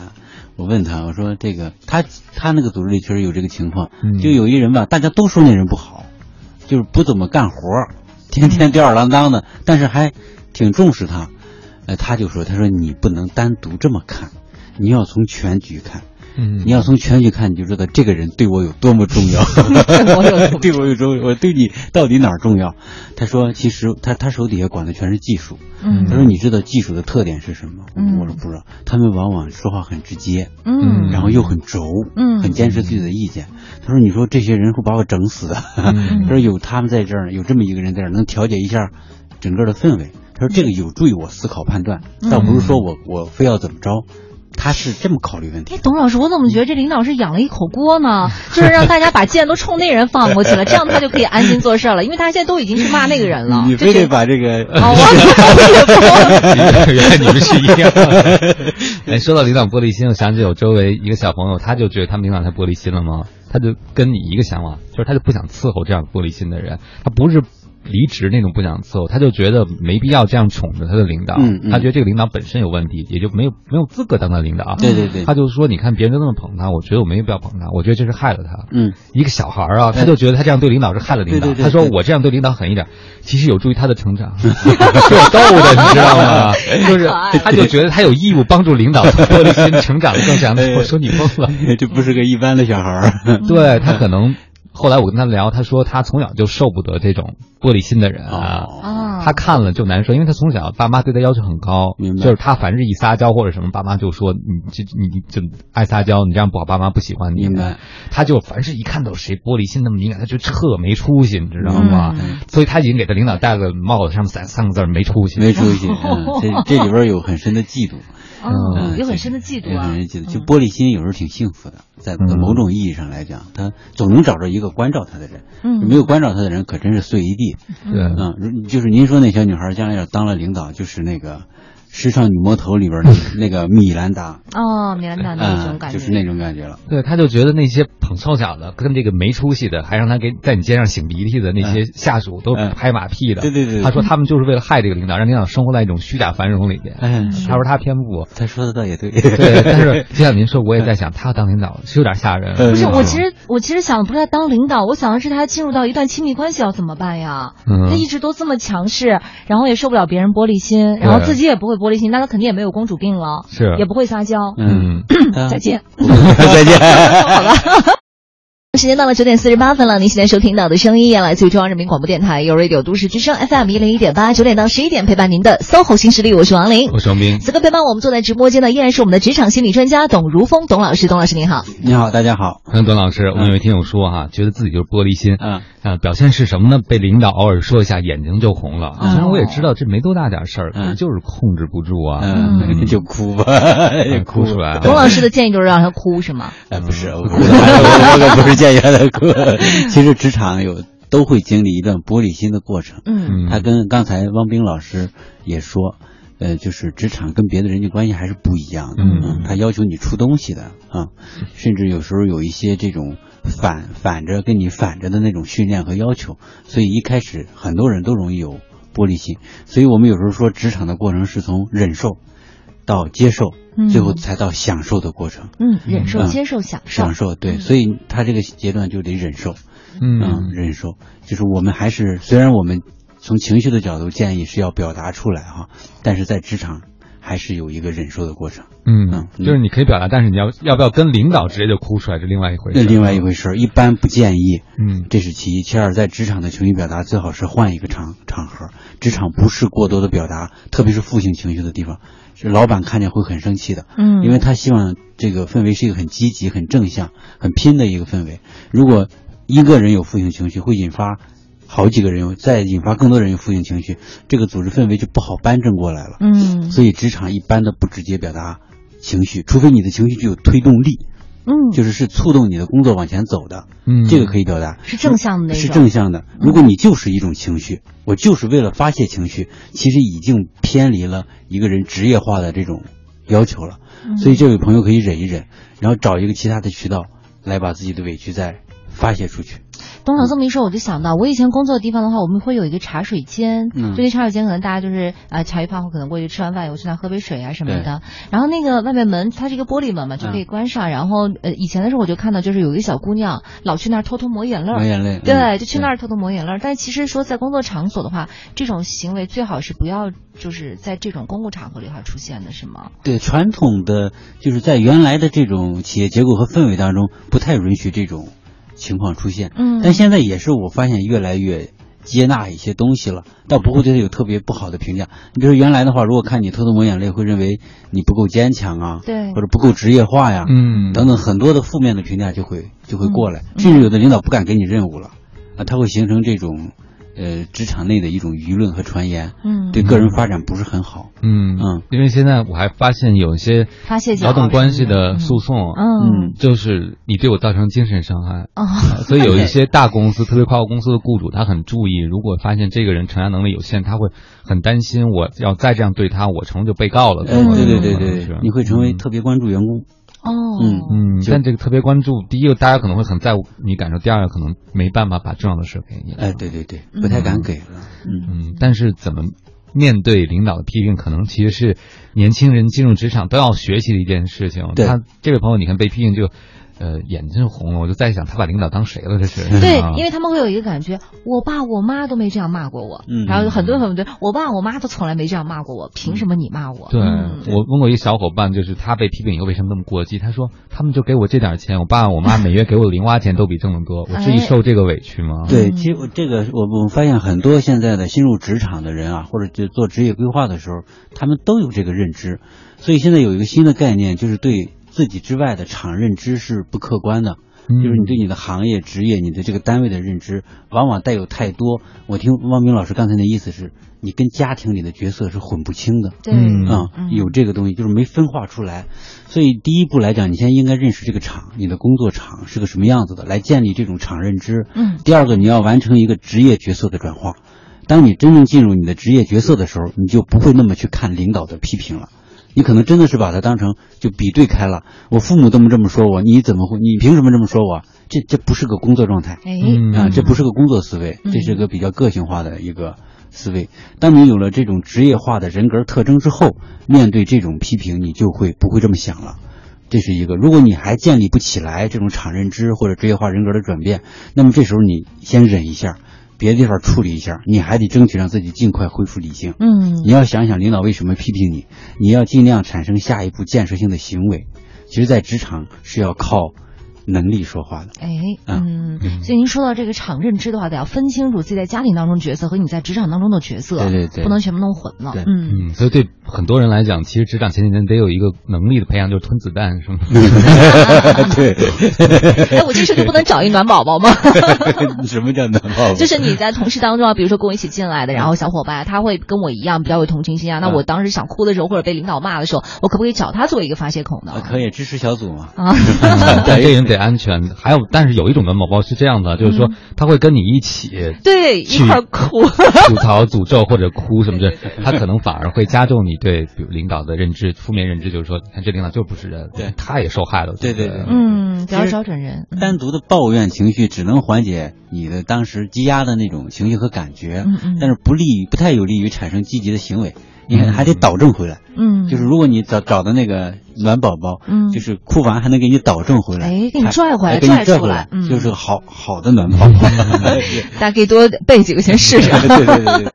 Speaker 3: 我问他我说这个他他那个组织里确实有这个情况
Speaker 2: 嗯，
Speaker 3: 就有一人吧，大家都说那人不好，就是不怎么干活儿，天天吊儿郎当的，但是还挺重视他。呃，他就说他说你不能单独这么看，你要从全局看。
Speaker 2: 嗯，
Speaker 3: 你要从全局看，你就知道这个人对我有多么重要， 对我有重要，我对你到底哪儿重要？他说，其实他他手底下管的全是技术。他说，
Speaker 1: 嗯
Speaker 3: 你知道技术的特点是什么？
Speaker 1: 嗯
Speaker 3: 我说不知道。他们往往说话很直接，
Speaker 1: 嗯
Speaker 3: 然后又很轴，
Speaker 1: 嗯
Speaker 3: 很坚持自己的意见。他说，你说这些人会把我整死的。
Speaker 2: 嗯
Speaker 3: 他说有他们在这儿，有这么一个人在这儿，能调节一下整个的氛围。他说这个有助于我思考判断，倒不是说我我非要怎么着。他是这么考虑问题
Speaker 1: 哎，。董老师，我怎么觉得这领导是养了一口锅 呢？就是让大家把剑都冲那人放过去了，这样他就可以安心做事儿了，因为大家现在都已经去骂那个人了。
Speaker 3: 你
Speaker 1: 这
Speaker 3: 非得
Speaker 1: 是
Speaker 3: 把这个
Speaker 1: 哦， 我
Speaker 2: 原来你们是一样的。 哎，说到领导玻璃心，我想起我周围一个小朋友，他就觉得他们领导太玻璃心了嘛，他就跟你一个想法，就是他就不想伺候这样玻璃心的人，他不是。离职那种不想伺候，他就觉得没必要这样宠着他的领导，
Speaker 3: 嗯嗯
Speaker 2: 他觉得这个领导本身有问题，也就没有没有资格当他领导。
Speaker 3: 对对对
Speaker 2: 他就说：“你看别人都那么捧他，我觉得我没必要捧他，我觉得这是害了他。”
Speaker 3: 嗯，
Speaker 2: 一个小孩儿啊，他就觉得他这样对领导是害了领导。
Speaker 3: 对对对
Speaker 2: 他说我这样对领导狠一点，其实有助于他的成 长。是我逗的，你知道吗？就是
Speaker 1: 爱了
Speaker 2: 他就觉得他有义务帮助领导突破内心成长的更强的。
Speaker 3: 哎
Speaker 2: 我说你疯了，
Speaker 3: 这不是个一般的小孩 儿。
Speaker 2: 对他可能。后来我跟他聊，他说他从小就受不得这种玻璃心的
Speaker 3: 哦
Speaker 2: 人啊。
Speaker 1: 我啊，
Speaker 2: 他看了就难受，因为他从小爸妈对他要求很高，
Speaker 3: 明白
Speaker 2: 就是他凡是一撒娇或者什么，爸妈就说你这你你就爱撒娇，你这样不好，爸妈不喜欢你。
Speaker 3: 明白？
Speaker 2: 他就凡是一看到谁玻璃心那么敏感，他就特没出息，你知道吗？
Speaker 1: 嗯
Speaker 2: 所以他已经给他领导戴了帽子，上面三三个字儿没出息。
Speaker 3: 没出息， 嗯，这这里边有很深的嫉妒，
Speaker 1: 哦
Speaker 3: 嗯
Speaker 1: 有很深的嫉妒
Speaker 3: 有
Speaker 1: 啊
Speaker 3: 很深的，嫉妒。就玻璃心，有时候挺幸福的，在在某种意义上来讲，他总能找着一个关照他的人，
Speaker 1: 嗯
Speaker 3: 没有关照他的人可真是碎一地。
Speaker 2: 对，
Speaker 3: 嗯，如就是您说那小女孩将来要当了领导，就是那个《时尚女魔头》里 边的那个米兰达，
Speaker 1: 哦，米兰达那种
Speaker 3: 嗯，
Speaker 1: 感觉，
Speaker 3: 就是那种感觉了。
Speaker 2: 对，他就觉得那些捧臭脚的跟这个没出息的，还让他给在你肩上擤鼻涕的那些下属都是
Speaker 3: 嗯
Speaker 2: 拍马屁的。
Speaker 3: 对对对对
Speaker 2: 他说他们就是为了害这个领导，让领导生活在一种虚假繁荣里边。
Speaker 3: 哎，
Speaker 2: 他说他偏不。
Speaker 3: 他说的倒也 对，
Speaker 2: 对，但是就像您说，我也在想，他要当领导是有点吓人。
Speaker 1: 不是，
Speaker 3: 嗯
Speaker 1: 我其实我其实想的不是他当领导，我想的是他进入到一段亲密关系要怎么办呀？
Speaker 2: 嗯
Speaker 1: 他一直都这么强势，然后也受不了别人玻璃心，然后
Speaker 2: 对
Speaker 1: 自己也不会玻璃心，那他肯定也没有公主病了，
Speaker 2: 是
Speaker 1: 也不会撒娇。
Speaker 2: 嗯，
Speaker 3: 他
Speaker 1: 再见。
Speaker 3: 再见。
Speaker 1: 时间到了九点四十八分了，您现在收听到的声音也来自于中央人民广播电台 u Radio 都市之声 FM 一零一点八，九点到十一点陪伴您的 SOHO 新势力，我是王琳
Speaker 3: 嗯
Speaker 2: 我。双兵。
Speaker 1: 此刻陪伴我们坐在直播间的依然是我们的职场心理专家董如风董老师，董老师您好。
Speaker 3: 你好，大家好。
Speaker 1: 嗯
Speaker 2: 看嗯董老师，我们有一听友说哈、觉得自己就是玻璃心，
Speaker 3: 嗯
Speaker 2: 啊，表现是什么呢？被领导偶尔说一下，眼睛就红了。
Speaker 1: 嗯
Speaker 2: 虽然我也知道这没多大点事儿，
Speaker 3: 哦嗯
Speaker 2: 可就是控制不住啊，嗯
Speaker 3: 嗯，就哭吧，也哭
Speaker 2: 哭出来
Speaker 1: 董
Speaker 2: 了。
Speaker 1: 老师的建议就是让他哭是吗？
Speaker 3: 哎，不是，我 我我可不是建议他哭。 其实职场有都会经历一段玻璃心的过程。
Speaker 1: 嗯
Speaker 2: 嗯
Speaker 3: 他跟刚才汪冰老师也说，呃，就是职场跟别的人际关系还是不一样的。啊
Speaker 2: 嗯
Speaker 3: 他要求你出东西的啊，甚至有时候有一些这种反反着跟你反着的那种训练和要求，所以一开始很多人都容易有玻璃心。所以我们有时候说，职场的过程是从忍受到接受
Speaker 1: 嗯，
Speaker 3: 最后才到享受的过程。
Speaker 1: 嗯，忍受、
Speaker 3: 嗯
Speaker 1: 接受、享受
Speaker 3: 享。受对，所以他这个阶段就得忍受，嗯，
Speaker 2: 嗯
Speaker 3: 忍受就是我们还是虽然我们从情绪的角度建议是要表达出来哈、但是在职场还还是有一个忍受的过程。
Speaker 2: 嗯，就是你可以表达，但是你要要不要跟领导直接就哭出来是另外一回
Speaker 3: 那
Speaker 2: 事。
Speaker 3: 另外一回事儿，一般不建议。
Speaker 2: 嗯
Speaker 3: 这是其一。其二，在职场的情绪表达最好是换一个场场合，职场不是过多的表达，特别是负性情绪的地方，是老板看见会很生气的。
Speaker 1: 嗯，
Speaker 3: 因为他希望这个氛围是一个很积极、很正向、很拼的一个氛围。如果一个人有负性情绪，会引发好几个人有，再引发更多人有负性情绪，这个组织氛围就不好扳正过来了。
Speaker 1: 嗯
Speaker 3: 所以职场一般的不直接表达情绪，除非你的情绪具有推动力，
Speaker 1: 嗯
Speaker 3: 就是是促动你的工作往前走的，
Speaker 2: 嗯，
Speaker 3: 这个可以表达。
Speaker 1: 是正向的那种，
Speaker 3: 是正向的。如果你就是一种情绪，我就是为了发泄情绪，其实已经偏离了一个人职业化的这种要求了。
Speaker 1: 嗯
Speaker 3: 所以这位朋友可以忍一忍，然后找一个其他的渠道来把自己的委屈再发泄出去。
Speaker 1: 董总这么一说，我就想到我以前工作的地方的话，我们会有一个茶水间，
Speaker 3: 嗯
Speaker 1: 就那茶水间可能大家就是啊、茶余饭后可能过去吃完饭以后去那喝杯水啊什么的。然后那个外面门它是一个玻璃门嘛，
Speaker 3: 嗯
Speaker 1: 就可以关上。然后呃，以前的时候我就看到就是有一个小姑娘老去那儿偷偷抹眼泪儿。
Speaker 3: 抹眼泪，
Speaker 1: 啊对，
Speaker 3: 嗯
Speaker 1: 就去那儿偷偷抹眼泪儿。但其实说在工作场所的话，这种行为最好是不要就是在这种公共场合里头出现的，是吗？
Speaker 3: 对传统的就是在原来的这种企业结构和氛围当中，不太允许这种情况出现。
Speaker 1: 嗯
Speaker 3: 但现在也是我发现越来越接纳一些东西了，倒不会对他有特别不好的评价。你比如说原来的话，如果看你偷偷抹眼泪，会认为你不够坚强啊，
Speaker 1: 对
Speaker 3: 或者不够职业化呀，
Speaker 2: 嗯
Speaker 3: 等等很多的负面的评价就会就会过
Speaker 1: 嗯
Speaker 3: 来，甚至有的领导不敢给你任务了，啊，他会形成这种呃职场内的一种舆论和传言，
Speaker 1: 嗯，
Speaker 3: 对个人发展不是很好。
Speaker 2: 嗯
Speaker 3: 嗯，
Speaker 2: 因为现在我还发现有一些
Speaker 1: 发泄
Speaker 2: 劳动关系
Speaker 3: 嗯
Speaker 2: 的诉
Speaker 1: 讼，
Speaker 2: 讼，啊
Speaker 1: 嗯，
Speaker 2: 就是你对我造成精神伤害。
Speaker 1: 哦，
Speaker 2: 啊所以有一些大公司，特别跨国公司的雇主，他很注意，如果发现这个人承担能力有限，他会很担心，我要再这样对他，我成就被告了。
Speaker 3: 嗯，对对对
Speaker 2: 可能
Speaker 3: 对
Speaker 2: 是
Speaker 3: 对，你会成为特别关注员工。
Speaker 1: 哦，
Speaker 3: 嗯
Speaker 2: 嗯，
Speaker 3: 就
Speaker 2: 但这个特别关注，第一个大家可能会很在乎你感受，第二个可能没办法把重要的事给你。
Speaker 3: 哎，对对对，不太敢给了。嗯，
Speaker 2: 嗯，但是怎么面对领导的批评，可能其实是年轻人进入职场都要学习的一件事情。
Speaker 3: 对
Speaker 2: 他这位朋友，你看被批评就，呃，眼睛就红了，我就在想，他把领导当谁了？这
Speaker 3: 嗯
Speaker 2: 是
Speaker 1: 对
Speaker 2: 啊，
Speaker 1: 因为他们会有一个感觉，我爸我妈都没这样骂过我，
Speaker 3: 嗯
Speaker 1: 然后有很多很多，我爸我妈都从来没这样骂过我，凭什么你骂我？
Speaker 2: 对
Speaker 1: 嗯
Speaker 2: 我问过一小伙伴，就是他被批评以后为什么那么过激？他说他们就给我这点钱，我爸我妈每月给我的零花钱都比挣得多，我至于受这个委屈吗？
Speaker 3: 哎对，
Speaker 1: 嗯
Speaker 3: 其实我这个我我发现很多现在的新入职场的人啊，或者就做职业规划的时候，他们都有这个认知，所以现在有一个新的概念，就是对自己之外的场认知是不客观的。
Speaker 2: 嗯
Speaker 3: 就是你对你的行业、职业、你的这个单位的认知，往往带有太多。我听汪明老师刚才的意思是，你跟家庭里的角色是混不清的。
Speaker 1: 对，
Speaker 2: 嗯
Speaker 3: 啊、
Speaker 1: 嗯
Speaker 3: 有这个东西就是没分化出来，所以第一步来讲，你先应该认识这个厂，你的工作场是个什么样子的，来建立这种场认知。
Speaker 1: 嗯
Speaker 3: 第二个，你要完成一个职业角色的转化。当你真正进入你的职业角色的时候，你就不会那么去看领导的批评了。你可能真的是把它当成就比对开了。我父母这么这么说我，你怎么会？你凭什么这么说我？这这不是个工作状态。
Speaker 1: 哎，
Speaker 2: 嗯
Speaker 3: 啊，这不是个工作思维，
Speaker 1: 嗯
Speaker 3: 这是个比较个性化的一个思维。当你有了这种职业化的人格特征之后，面对这种批评，你就会不会这么想了。这是一个，如果你还建立不起来这种场认知或者职业化人格的转变，那么这时候你先忍一下，别的地方处理一下，你还得争取让自己尽快恢复理性。
Speaker 1: 嗯
Speaker 3: 你要想想领导为什么批评你，你要尽量产生下一步建设性的行为。其实，在职场是要靠能力说话的。
Speaker 1: 哎，
Speaker 3: 啊
Speaker 1: 嗯，所以您说到这个场认知的话，得要分清楚自己在家庭当中角色和你在职场当中的角色，
Speaker 3: 对对对
Speaker 1: 不能全部弄混了
Speaker 3: 对。
Speaker 1: 嗯，
Speaker 2: 嗯，所以对很多人来讲，其实职场前几年得有一个能力的培养，就是吞子弹，是吗？
Speaker 3: 对，
Speaker 1: 哎，我这时候就不能找一暖宝 宝吗？
Speaker 3: 什么叫暖宝宝？
Speaker 1: 就是你在同事当中啊，比如说跟我一起进来的，然后小伙伴他会跟我一样比较有同情心啊，那我当时想哭的时候或者被领导骂的时候，我可不可以找他作为一个发泄口呢？
Speaker 3: 啊，可以支持小组嘛？
Speaker 1: 啊，
Speaker 2: 但这个人得安全。还有，但是有一种暖宝宝是这样的，就是说
Speaker 3: 嗯
Speaker 2: 他会跟你一起
Speaker 1: 对，一
Speaker 2: 去
Speaker 1: 块儿哭。
Speaker 2: 吐槽、诅咒或者哭什么的，他可能反而会加重你对比如领导的认知，负面认知就是说，看这领导就是不是人，
Speaker 3: 对
Speaker 2: 他也受害了，
Speaker 3: 对
Speaker 2: 不
Speaker 3: 对对
Speaker 1: 嗯，不要
Speaker 3: 其实
Speaker 1: 找准人。
Speaker 3: 单独的抱怨情绪只能缓解你的当时积压的那种情绪和感觉，
Speaker 1: 嗯嗯
Speaker 3: 但是不利于不太有利于产生积极的行为。你看，还得导正回来。
Speaker 1: 嗯，
Speaker 3: 就是如果你找找的那个暖宝宝，
Speaker 1: 嗯
Speaker 3: 就是哭完还能给你导正回来，
Speaker 1: 哎给你拽回来
Speaker 3: 还给你
Speaker 1: 拽
Speaker 3: 拽
Speaker 1: 出
Speaker 3: 回
Speaker 1: 来嗯
Speaker 3: 就是个 好好的暖宝宝。对
Speaker 1: 大家可以多备几个先试试。
Speaker 3: 对对对对。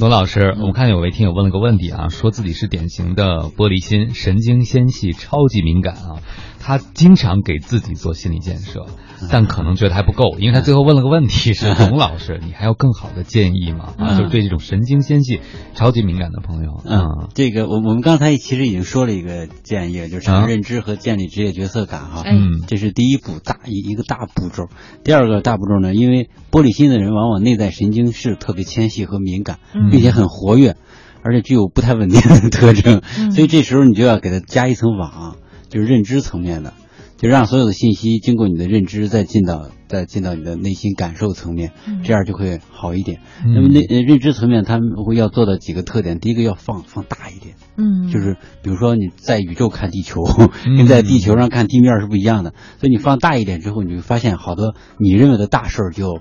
Speaker 2: 罗老师，
Speaker 3: 嗯
Speaker 2: 我看有位听友问了个问题啊，说自己是典型的玻璃心，神经纤细，超级敏感啊。他经常给自己做心理建设，
Speaker 3: 嗯
Speaker 2: 但可能觉得还不够，因为他最后问了个问题是： 董老师，你还有更好的建议吗？啊，就是对这种神经纤细、超级敏感的朋友，啊
Speaker 3: 嗯，这个我我们刚才其实已经说了一个建议，就是
Speaker 2: 啊
Speaker 3: 长认知和建立职业角色感哈。
Speaker 1: 哎
Speaker 2: 嗯
Speaker 3: 这是第一步大一一个大步骤。第二个大步骤呢，因为玻璃心的人往往内在神经是特别纤细和敏感，
Speaker 2: 嗯
Speaker 3: 并且很活跃，而且具有不太稳定的特征，所以这时候你就要给它加一层网，就是认知层面的，就让所有的信息经过你的认知再进到再进到你的内心感受层面，这样就会好一点。
Speaker 2: 嗯
Speaker 3: 那么内呃认知层面他们会要做到几个特点，第一个要放放大一点。
Speaker 1: 嗯，
Speaker 3: 就是比如说你在宇宙看地球，
Speaker 2: 嗯
Speaker 3: 跟在地球上看地面是不一样的。所以你放大一点之后，你会发现好多你认为的大事儿就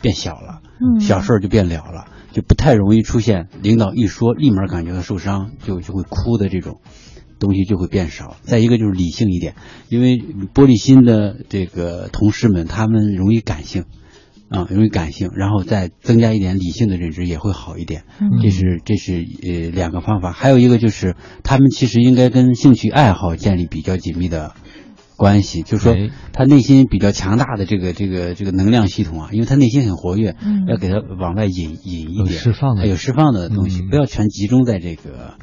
Speaker 3: 变小了，
Speaker 1: 嗯
Speaker 3: 小事儿就变了了，就不太容易出现领导一说立马感觉到受伤就就会哭的这种。东西就会变少。再一个就是理性一点，因为玻璃心的这个同事们，他们容易感性，啊、容易感性，然后再增加一点理性的认知也会好一点。
Speaker 1: 嗯
Speaker 3: 这是这是呃两个方法，还有一个就是他们其实应该跟兴趣爱好建立比较紧密的关系，就是说
Speaker 2: 哎
Speaker 3: 他内心比较强大的这个这个这个能量系统啊，因为他内心很活跃，
Speaker 1: 嗯
Speaker 3: 要给他往外引引一
Speaker 2: 有
Speaker 3: 点，
Speaker 2: 释放的
Speaker 3: 有释放的东西，
Speaker 2: 嗯
Speaker 3: 不要全集中在这个。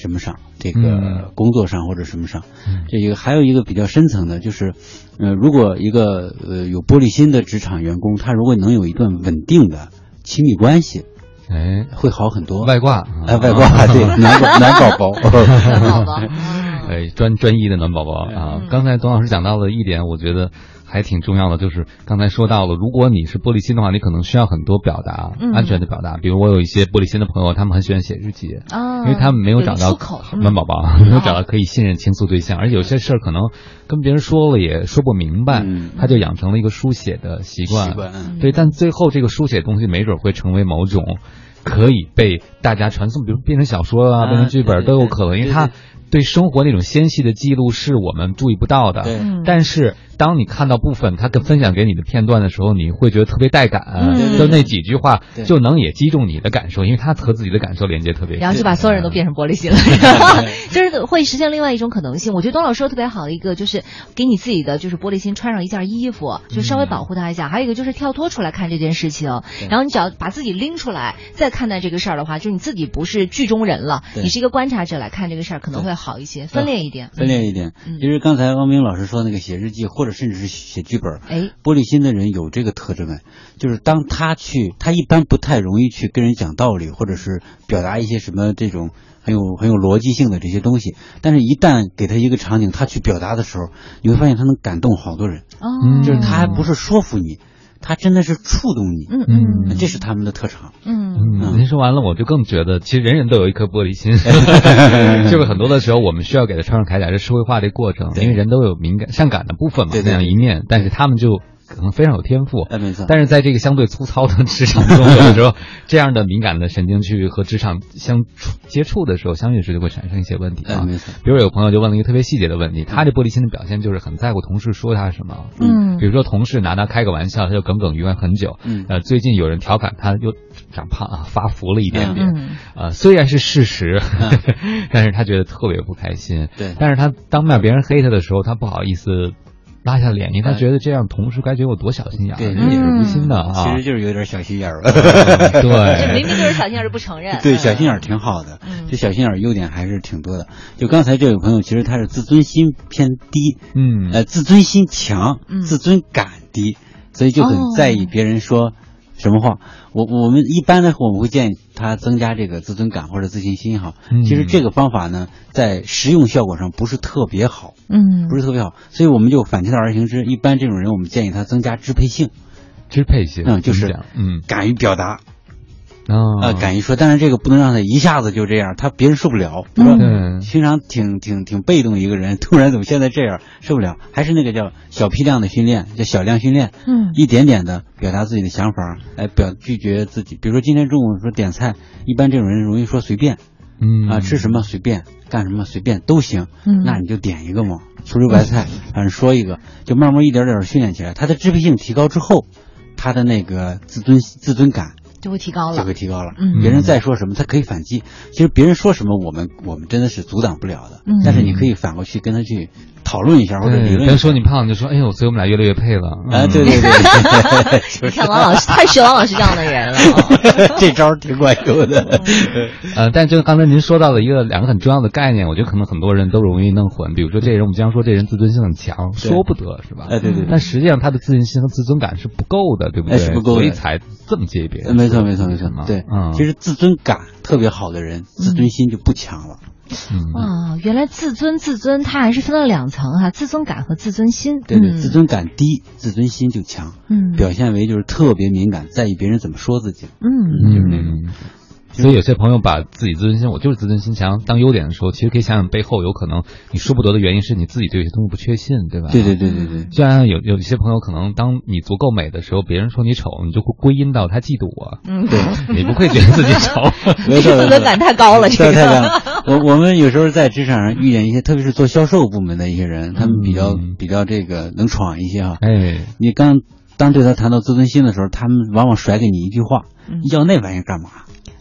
Speaker 3: 什么上，这个
Speaker 2: 嗯
Speaker 3: 工作上或者什么上，
Speaker 2: 嗯
Speaker 3: 这一个还有一个比较深层的，就是，呃，如果一个呃有玻璃心的职场员工，他如果能有一段稳定的亲密关系，
Speaker 2: 哎，
Speaker 3: 会好很多。
Speaker 2: 外挂，啊
Speaker 3: 哎，外挂对男宝男宝宝，
Speaker 1: 很 好吧？嗯
Speaker 2: 哎，专专一的男宝宝啊！刚才董老师讲到了一点，我觉得还挺重要的，就是刚才说到了，如果你是玻璃心的话，你可能需要很多表达，
Speaker 1: 嗯
Speaker 2: 安全的表达。比如我有一些玻璃心的朋友，他们很喜欢写日记，
Speaker 1: 啊，
Speaker 2: 因为他们没有找
Speaker 1: 有
Speaker 2: 到
Speaker 1: 出口，
Speaker 2: 暖宝宝， 没有找到可以信任倾诉对象，而且有些事儿可能跟别人说了也说不明白
Speaker 3: 嗯，
Speaker 2: 他就养成了一个书写的习惯
Speaker 3: 习。惯嗯
Speaker 2: 对，但最后这个书写的东西没准会成为某种可以被大家传颂，比如变成小说啊，
Speaker 3: 啊
Speaker 2: 变成剧本
Speaker 3: 对对
Speaker 2: 都有可能，因为
Speaker 3: 对
Speaker 2: 它
Speaker 3: 对
Speaker 2: 对生活那种纤细的记录是我们注意不到的。
Speaker 3: 对
Speaker 1: 嗯
Speaker 2: 但是当你看到部分他跟分享给你的片段的时候，你会觉得特别带感，
Speaker 1: 嗯
Speaker 2: 就那几句话
Speaker 3: 对
Speaker 2: 就能也击中你的感受，因为他和自己的感受连接特别。
Speaker 1: 然后就把所有人都变成玻璃心了， 就是会实现另外一种可能性。我觉得董老师说得特别好的一个就是给你自己的就是玻璃心穿上一件衣服，就稍微
Speaker 3: 嗯
Speaker 1: 保护它一下；还有一个就是跳脱出来看这件事情，然后你只要把自己拎出来再看待这个事儿的话，就你自己不是剧中人了，
Speaker 3: 对
Speaker 1: 你是一个观察者来看这个事儿，可能会好一些，分裂一点。
Speaker 3: 分裂一点
Speaker 1: 嗯。
Speaker 3: 其实刚才汪冰老师说那个写日记，或者甚至是写剧本，
Speaker 1: 哎，
Speaker 3: 玻璃心的人有这个特征哎，就是当他去，他一般不太容易去跟人讲道理，或者是表达一些什么这种很有很有逻辑性的这些东西。但是，一旦给他一个场景，他去表达的时候，你会发现他能感动好多人，
Speaker 1: 哦，
Speaker 2: 嗯
Speaker 3: 就是他还不是说服你，他真的是触动你，
Speaker 1: 嗯嗯
Speaker 3: 这是他们的特长。
Speaker 1: 嗯
Speaker 2: 嗯，您说完了，我就更觉得，其实人人都有一颗玻璃 心，就是很多的时候，我们需要给他穿上铠甲，是社会化的一个过程，
Speaker 3: 对
Speaker 2: 因为人都有敏感、善感的部分嘛，
Speaker 3: 对
Speaker 2: 那
Speaker 3: 对
Speaker 2: 样一面，但是他们就可能非常有天赋，
Speaker 3: 哎，没错。
Speaker 2: 但是在这个相对粗糙的职场中，有的时 候这样的敏感的神经区域和职场相处接触的时候，相遇时就会产生一些问题
Speaker 3: 哎
Speaker 2: 啊
Speaker 3: 没错。
Speaker 2: 比如有个朋友就问了一个特别细节的问题，
Speaker 3: 嗯
Speaker 2: 他这玻璃心的表现就是很在乎同事说他什么，
Speaker 1: 嗯
Speaker 2: 比如说同事拿他开个玩笑，他就耿耿于怀很久。
Speaker 3: 嗯
Speaker 2: 呃，最近有人调侃他又长胖啊，发福了一点点。
Speaker 1: 嗯
Speaker 2: 呃，虽然是事实，
Speaker 3: 嗯
Speaker 2: 但是他觉得特别不开心。
Speaker 3: 对
Speaker 2: 但是他当面别人黑他的时候，他不好意思拉下脸，因为他
Speaker 3: 哎
Speaker 2: 觉得这样同事该觉得我多小心眼儿，
Speaker 3: 对
Speaker 2: 啊
Speaker 3: 嗯
Speaker 2: 人也是无心的啊
Speaker 3: 其。实就是有点小心 眼儿了。
Speaker 1: 这
Speaker 2: 对，
Speaker 1: 明明就是小心眼儿不承认。
Speaker 3: 对，
Speaker 1: 嗯
Speaker 3: 小心眼儿挺好的
Speaker 1: 嗯，
Speaker 3: 这小心眼儿优点还是挺多的。就刚才这位朋友，其实他是自尊心偏低，
Speaker 2: 嗯，
Speaker 3: 呃，自尊心强
Speaker 1: 嗯，
Speaker 3: 自尊感低，所以就
Speaker 1: 哦
Speaker 3: 很在意别人说什么话。我我们一般的我们会建议他增加这个自尊感或者自信心哈
Speaker 2: 嗯。
Speaker 3: 其实这个方法呢，在实用效果上不是特别好，
Speaker 1: 嗯
Speaker 3: 不是特别好，所以我们就反其道而行之。一般这种人，我们建议他增加支配性，
Speaker 2: 支配性，
Speaker 3: 嗯，就
Speaker 2: 怎
Speaker 3: 是
Speaker 2: 么讲嗯
Speaker 3: 敢于表达，
Speaker 2: 啊
Speaker 3: 呃，敢于说，但是这个不能让他一下子就这样，他别人受不了。比如说
Speaker 2: 嗯
Speaker 3: 平常挺挺挺被动的一个人，突然怎么现在这样，受不了。还是那个叫小批量的训练，叫小量训练，
Speaker 1: 嗯
Speaker 3: 一点点的表达自己的想法，来表拒绝自己。比如说今天中午说点菜，一般这种人容易说随便
Speaker 2: 嗯
Speaker 3: 啊，吃什么随便，干什么随便都行。
Speaker 1: 嗯
Speaker 3: 那你就点一个嘛，醋溜白菜，反正说一个，就慢慢一点点训练起来。他的支配性提高之后，他的那个自尊自尊感
Speaker 1: 就就会提高
Speaker 3: 就
Speaker 1: 了
Speaker 3: 会。提高了。
Speaker 1: 嗯
Speaker 3: 别人再说什么，他可以反击。其实别人说什么，我们我们真的是阻挡不了的。
Speaker 1: 嗯
Speaker 3: 但是你可以反过去跟他去讨论一下或者理
Speaker 2: 对，
Speaker 3: 论
Speaker 2: 别
Speaker 3: 一下。
Speaker 2: 说你胖，就说哎呦，所以我们俩越来越配了。
Speaker 3: 啊，
Speaker 2: 嗯
Speaker 3: 对 对对，
Speaker 1: 你看王老师太学王老师这样的人了。
Speaker 3: 这招儿挺管用 的。
Speaker 2: 呃，但就刚才您说到的一个两个很重要的概念，我觉得可能很多人都容易弄混。比如说，这人我们经常说这人自尊心很强，说不得是吧？
Speaker 3: 哎对对对
Speaker 2: 但实际上他的自信心和自尊感是不够的，对不对？
Speaker 3: 哎是不够的
Speaker 2: 所
Speaker 3: 呃
Speaker 2: 以才这么介意别人。
Speaker 3: 没错，没错，没错
Speaker 2: 嗯。
Speaker 3: 对
Speaker 2: 嗯，
Speaker 3: 其实自尊感特别好的
Speaker 1: 嗯
Speaker 3: 人，自尊心就不强了。
Speaker 2: 嗯，
Speaker 1: 啊，原来自尊自尊，它还是分了两层哈、自尊感和自尊心。
Speaker 3: 对对，
Speaker 1: 嗯
Speaker 3: 自尊感低，自尊心就强，
Speaker 1: 嗯
Speaker 3: 表现为就是特别敏感，在意别人怎么说自己。
Speaker 1: 嗯
Speaker 3: 就是那种
Speaker 2: 嗯。所以有些朋友把自己自尊心，我就是自尊心强当优点的时候，其实可以想想背后有可能你说不得的原因是你自己对有些东西不确信，对吧？
Speaker 3: 对对对对
Speaker 1: 嗯
Speaker 3: 对，
Speaker 2: 就像有有一些朋友，可能当你足够美的时候，别人说你丑，你就归归因到他嫉妒我，
Speaker 1: 嗯，
Speaker 2: 你不会觉得自己丑。
Speaker 3: 没错
Speaker 1: 自尊感太高了，这
Speaker 3: 嗯 太
Speaker 1: 个。
Speaker 3: 太了。我我们有时候在职场上遇见一些，特别是做销售部门的一些人，他们比较
Speaker 2: 嗯
Speaker 3: 比较这个能闯一些哈。
Speaker 2: 哎，
Speaker 3: 你刚当对他谈到自尊心的时候，他们往往甩给你一句话
Speaker 1: 嗯：“
Speaker 3: 要那玩意儿干嘛？”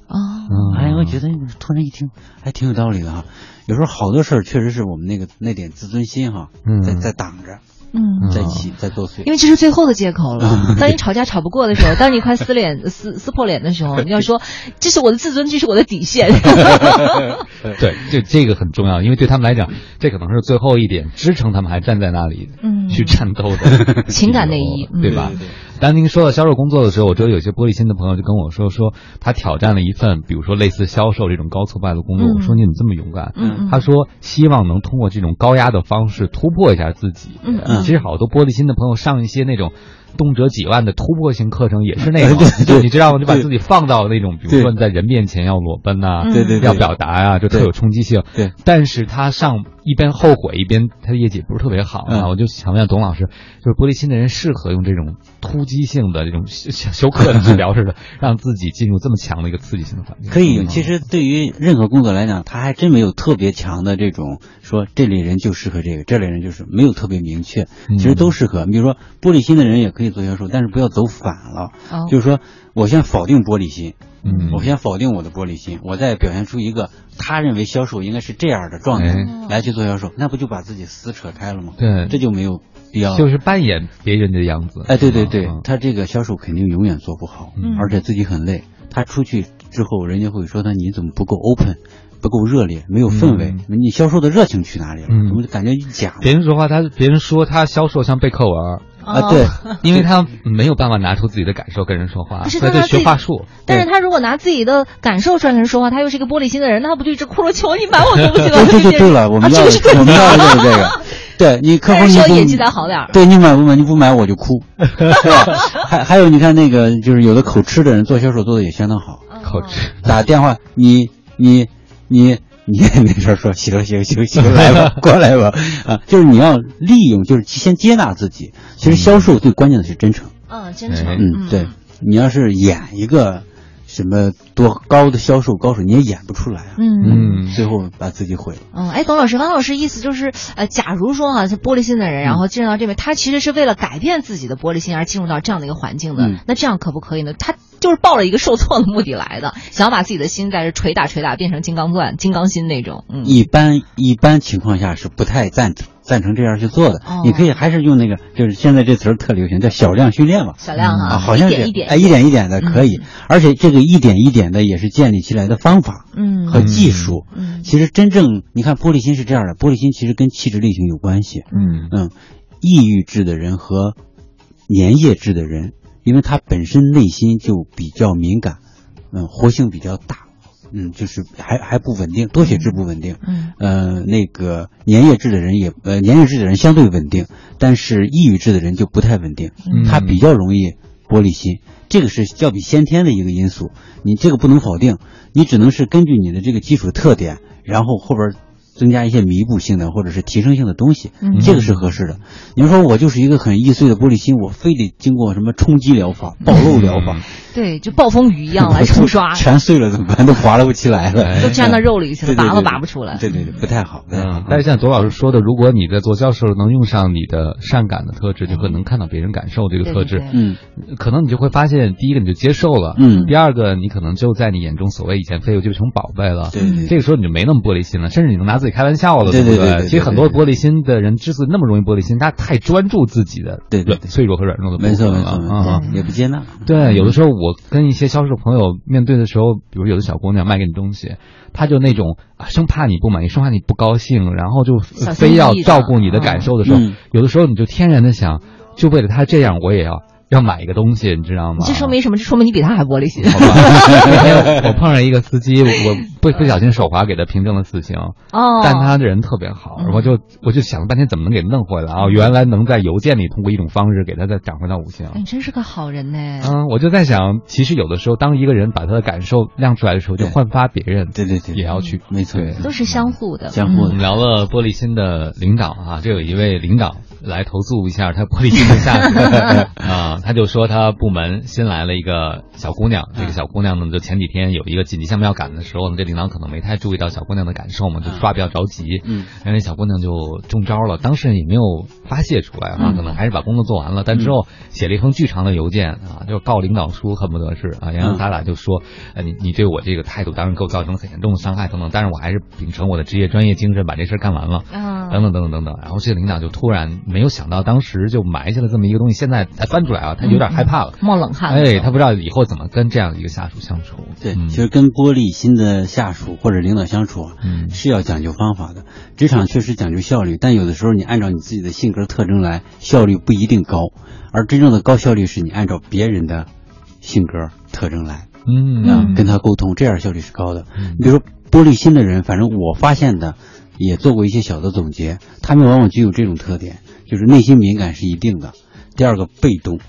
Speaker 1: 哦，
Speaker 2: 嗯
Speaker 3: 哎，我觉得突然一听，还挺有道理的哈。有时候好多事儿确实是我们那个那点自尊心哈，
Speaker 2: 嗯
Speaker 3: 在在挡着，
Speaker 1: 嗯，
Speaker 3: 在起在作祟
Speaker 1: 因。为这是最后的借口了。当你吵架吵不过的时候，当你快撕脸撕撕破脸的时候，你要说这是我的自尊，这是我的底 线。
Speaker 2: 对，这这个很重要，因为对他们来讲， 这可能是最后一点支撑他们还站在那里
Speaker 1: 嗯
Speaker 2: 去战斗的
Speaker 1: 情感内衣嗯
Speaker 2: 对吧？当您说到销售工作的时候，我知道有些玻璃心的朋友就跟我说，说他挑战了一份，比如说类似销售这种高挫败的工作。
Speaker 1: 嗯
Speaker 2: 我说你怎么这么勇敢？
Speaker 1: 嗯
Speaker 2: 他说希望能通过这种高压的方式突破一下自己。呃
Speaker 1: 嗯
Speaker 3: 嗯
Speaker 2: 其实好多玻璃心的朋友上一些那种。动辄几万的突破性课程也是那 种，就你知道吗？就把自己放到那种，比如
Speaker 3: 对
Speaker 2: 说你在人面前要裸奔呐、
Speaker 1: 嗯
Speaker 3: 对对对，
Speaker 2: 要表达呀、就特有冲击性。
Speaker 3: 对，
Speaker 2: 但是他上一边后悔一边他的业绩不是特别好啊，
Speaker 3: 嗯
Speaker 2: 我就想问董老师，就是玻璃心的人适合用这种突击性的这种休休休克的治疗似的，让自己进入这么强的一个刺激性的环境？
Speaker 3: 可以。
Speaker 2: 嗯
Speaker 3: 其实对于任何工作来讲，他还真没有特别强的这种说这类人就适合这个，这类人就是没有特别明确，
Speaker 2: 嗯
Speaker 3: 其实都适合。你比如说玻璃心的人也可以做销售，但是不要走反了，
Speaker 1: 哦
Speaker 3: 就是说我先否定玻璃心，
Speaker 2: 嗯，
Speaker 3: 我先否定我的玻璃心，我再表现出一个他认为销售应该是这样的状态
Speaker 2: 哎
Speaker 3: 来去做销售，那不就把自己撕扯开了吗？
Speaker 2: 对
Speaker 3: 这就没有必要了。
Speaker 2: 就是扮演别人的样子。
Speaker 3: 啊哎，对对对
Speaker 2: 嗯，
Speaker 3: 他这个销售肯定永远做不好，
Speaker 1: 嗯
Speaker 3: 而且自己很累。他出去之后，人家会说他你怎么不够 open，不够热烈，没有氛围，你销售的热情去哪里了？
Speaker 2: 嗯
Speaker 3: 怎么感觉一假呢？
Speaker 2: 别人说话，他别人说他销售像背课文，
Speaker 1: 哦
Speaker 3: 啊，对，
Speaker 2: 因为他没有办法拿出自己的感受跟人说话，
Speaker 1: 不是
Speaker 2: 所以
Speaker 1: 他
Speaker 2: 啊得
Speaker 1: 拿自
Speaker 2: 学
Speaker 1: 己哦
Speaker 2: 话术。
Speaker 1: 但是他如果拿自己的感受转身说话，他又是一个玻璃心的人，那他不就一直哭着求你买我东西了？
Speaker 3: 这就对了，我们要
Speaker 1: 啊
Speaker 3: 的
Speaker 1: 这个是
Speaker 3: 我们要的就是 这个。对你客户
Speaker 1: 但
Speaker 3: 你
Speaker 1: 是说
Speaker 3: 不
Speaker 1: 演技得好点儿
Speaker 3: 对你买不买？你不买我 就哭。对吧还还有，你看那个就是有的口吃的人做销售做的也相当好，
Speaker 2: 口吃，
Speaker 3: 打电话，你你你你 没事儿说行行行行，来吧，过来吧啊！就是你要利用，就是先接纳自己。其实销售最关键的是真诚，
Speaker 1: 嗯，真诚，
Speaker 2: 哎
Speaker 3: 嗯，对，你要是演一个什么多高的销售高手，你也演不出来啊，
Speaker 1: 嗯。
Speaker 2: 嗯，
Speaker 3: 最后把自己毁了。
Speaker 1: 嗯，哎，董老师，王老师意思就是，呃，假如说哈、啊，玻璃心的人，然后进入到这边，他其实是为了改变自己的玻璃心而进入到这样的一个环境的，
Speaker 3: 嗯
Speaker 1: 那这样可不可以呢？他就是抱着一个受挫的目的来的，想要把自己的心在这捶打捶打，变成金刚钻、金刚心那种。嗯，
Speaker 3: 一般一般情况下是不太赞成赞成这样去做的。
Speaker 1: 哦
Speaker 3: 你可以还是用那个，就是现在这词儿特流行，叫小量训练嘛。
Speaker 1: 小亮哈、
Speaker 3: 啊，好
Speaker 1: 一
Speaker 3: 像是
Speaker 1: 点一嗯点，
Speaker 3: 哎，一点一点的可以，而且这个一点一点的也是建立起来的方法
Speaker 1: 嗯
Speaker 3: 和技术。
Speaker 1: 嗯
Speaker 3: 其实真正你看玻璃心是这样的，玻璃心其实跟气质类型有关系。
Speaker 2: 嗯
Speaker 3: 嗯，抑郁质的人和粘液质的人，因为他本身内心就比较敏感，嗯，活性比较大，嗯，就是还还不稳定，多血质不稳定。
Speaker 1: 嗯
Speaker 3: 呃，那个粘液质的人也，呃，粘液质的人相对稳定，但是抑郁质的人就不太稳定，
Speaker 2: 嗯
Speaker 3: 他比较容易玻璃心，这个是要比先天的一个因素，你这个不能否定，你只能是根据你的这个基础特点，然后后边增加一些弥补性的或者是提升性的东西，
Speaker 1: 嗯
Speaker 3: 这个是合适的。你要说我就是一个很易碎的玻璃心，我非得经过什么冲击疗
Speaker 2: 嗯
Speaker 3: 法、暴露疗法，，
Speaker 1: 对，就暴风雨一样来冲刷
Speaker 3: 全碎了怎么办？都划拉不起来了，
Speaker 1: 都粘到肉里去了，
Speaker 3: 对对对
Speaker 1: 拔都拔不出来。
Speaker 3: 对对对，不太好。不太好
Speaker 2: 哎嗯，但是像左老师说的，如果你在做教授能用上你的善感的特质，就会能看到别人感受这个
Speaker 1: 对
Speaker 2: 特质，
Speaker 1: 对对
Speaker 3: 嗯
Speaker 2: 可能你就会发现，第一个你就接受了，
Speaker 3: 嗯
Speaker 2: 第二个你可能就在你眼中所谓以前废物就成宝贝了，
Speaker 3: 对对对
Speaker 2: 这个时候你就没那么玻璃心了，甚至你能拿自己开玩笑了，
Speaker 3: 嗯对
Speaker 2: 不
Speaker 3: 对对对对
Speaker 2: 其实很多玻璃心的人之所以那么容易玻璃心，他太专注自己的
Speaker 3: 对对
Speaker 2: 软脆弱和软弱的部
Speaker 3: 没错
Speaker 2: 分
Speaker 3: 没
Speaker 2: 了
Speaker 3: 错没
Speaker 2: 啊
Speaker 3: 错。，也不接纳。
Speaker 2: 对，有的时候我跟一些销售朋友面对的时候，比如有的小姑娘卖给你东西，她就那种啊，生怕你不满意，生怕你不高兴，然后就
Speaker 1: 小心翼
Speaker 2: 非要
Speaker 1: 翼的
Speaker 2: 照顾你的感受的时候，
Speaker 3: 嗯
Speaker 2: 有的时候你就天然的想，就为了她这样，我也要要买一个东
Speaker 3: 嗯
Speaker 2: 西，你知道吗？
Speaker 1: 你这说明什么？这说明你比他还玻璃心。
Speaker 2: 好吧，那天 我碰上一个司机，我不不小心手滑给他平正了死刑，
Speaker 1: 哦，嗯
Speaker 2: 但他人特别好，我就我就想了半天怎么能给弄回来啊？原来能在邮件里通过一种方式给他再涨回到五星。
Speaker 1: 哎，你真是个好人呢。
Speaker 2: 嗯，我就在想，其实有的时候，当一个人把他的感受亮出来的时候，就
Speaker 3: 对
Speaker 2: 焕发别人，
Speaker 3: 对对对
Speaker 2: 也要去。
Speaker 3: 没错
Speaker 2: 对，
Speaker 1: 都是相互的，
Speaker 3: 相互
Speaker 2: 我们聊了玻璃心的领导啊，这有一位领导来投诉一下他玻璃心的下 属啊，他就说他部门新来了一个小姑娘，
Speaker 1: 嗯
Speaker 2: 这个小姑娘呢，就前几天有一个紧急项目要赶的时候呢，这领导可能没太注意到小姑娘的感受嘛，就刷比较着急，
Speaker 3: 嗯，
Speaker 2: 然后这小姑娘就中招了，当事人也没有发泄出来啊，可能还是把工作做完了，但之后写了一封巨长的邮件啊，就告领导书，恨不得是啊，洋洋洒洒就说，呃，你你对我这个态度当然给我造成很严重的伤害等等，但是我还是秉承我的职业专业精神把这事儿干完了。
Speaker 1: 啊，
Speaker 3: 嗯
Speaker 2: 等等等等等等，然后这个领导就突然没有想到，当时就埋下了这么一个东西，现在才翻出来啊，他有点害怕了，
Speaker 1: 冒冷汗了。
Speaker 2: 哎，他不知道以后怎么跟这样一个下属相处。
Speaker 3: 对，
Speaker 2: 嗯
Speaker 3: 其实跟玻璃心的下属或者领导相处啊，
Speaker 2: 嗯
Speaker 3: 是要讲究方法的。职场确实讲究效率，但有的时候你按照你自己的性格特征来，效率不一定高。而真正的高效率是你按照别人的性格特征来，
Speaker 2: 嗯
Speaker 1: 嗯
Speaker 3: 跟他沟通，这样效率是高的。
Speaker 2: 嗯
Speaker 3: 你比如说玻璃心的人，反正我发现的，也做过一些小的总结，他们往往具有这种特点，就是内心敏感是一定的。第二个被动，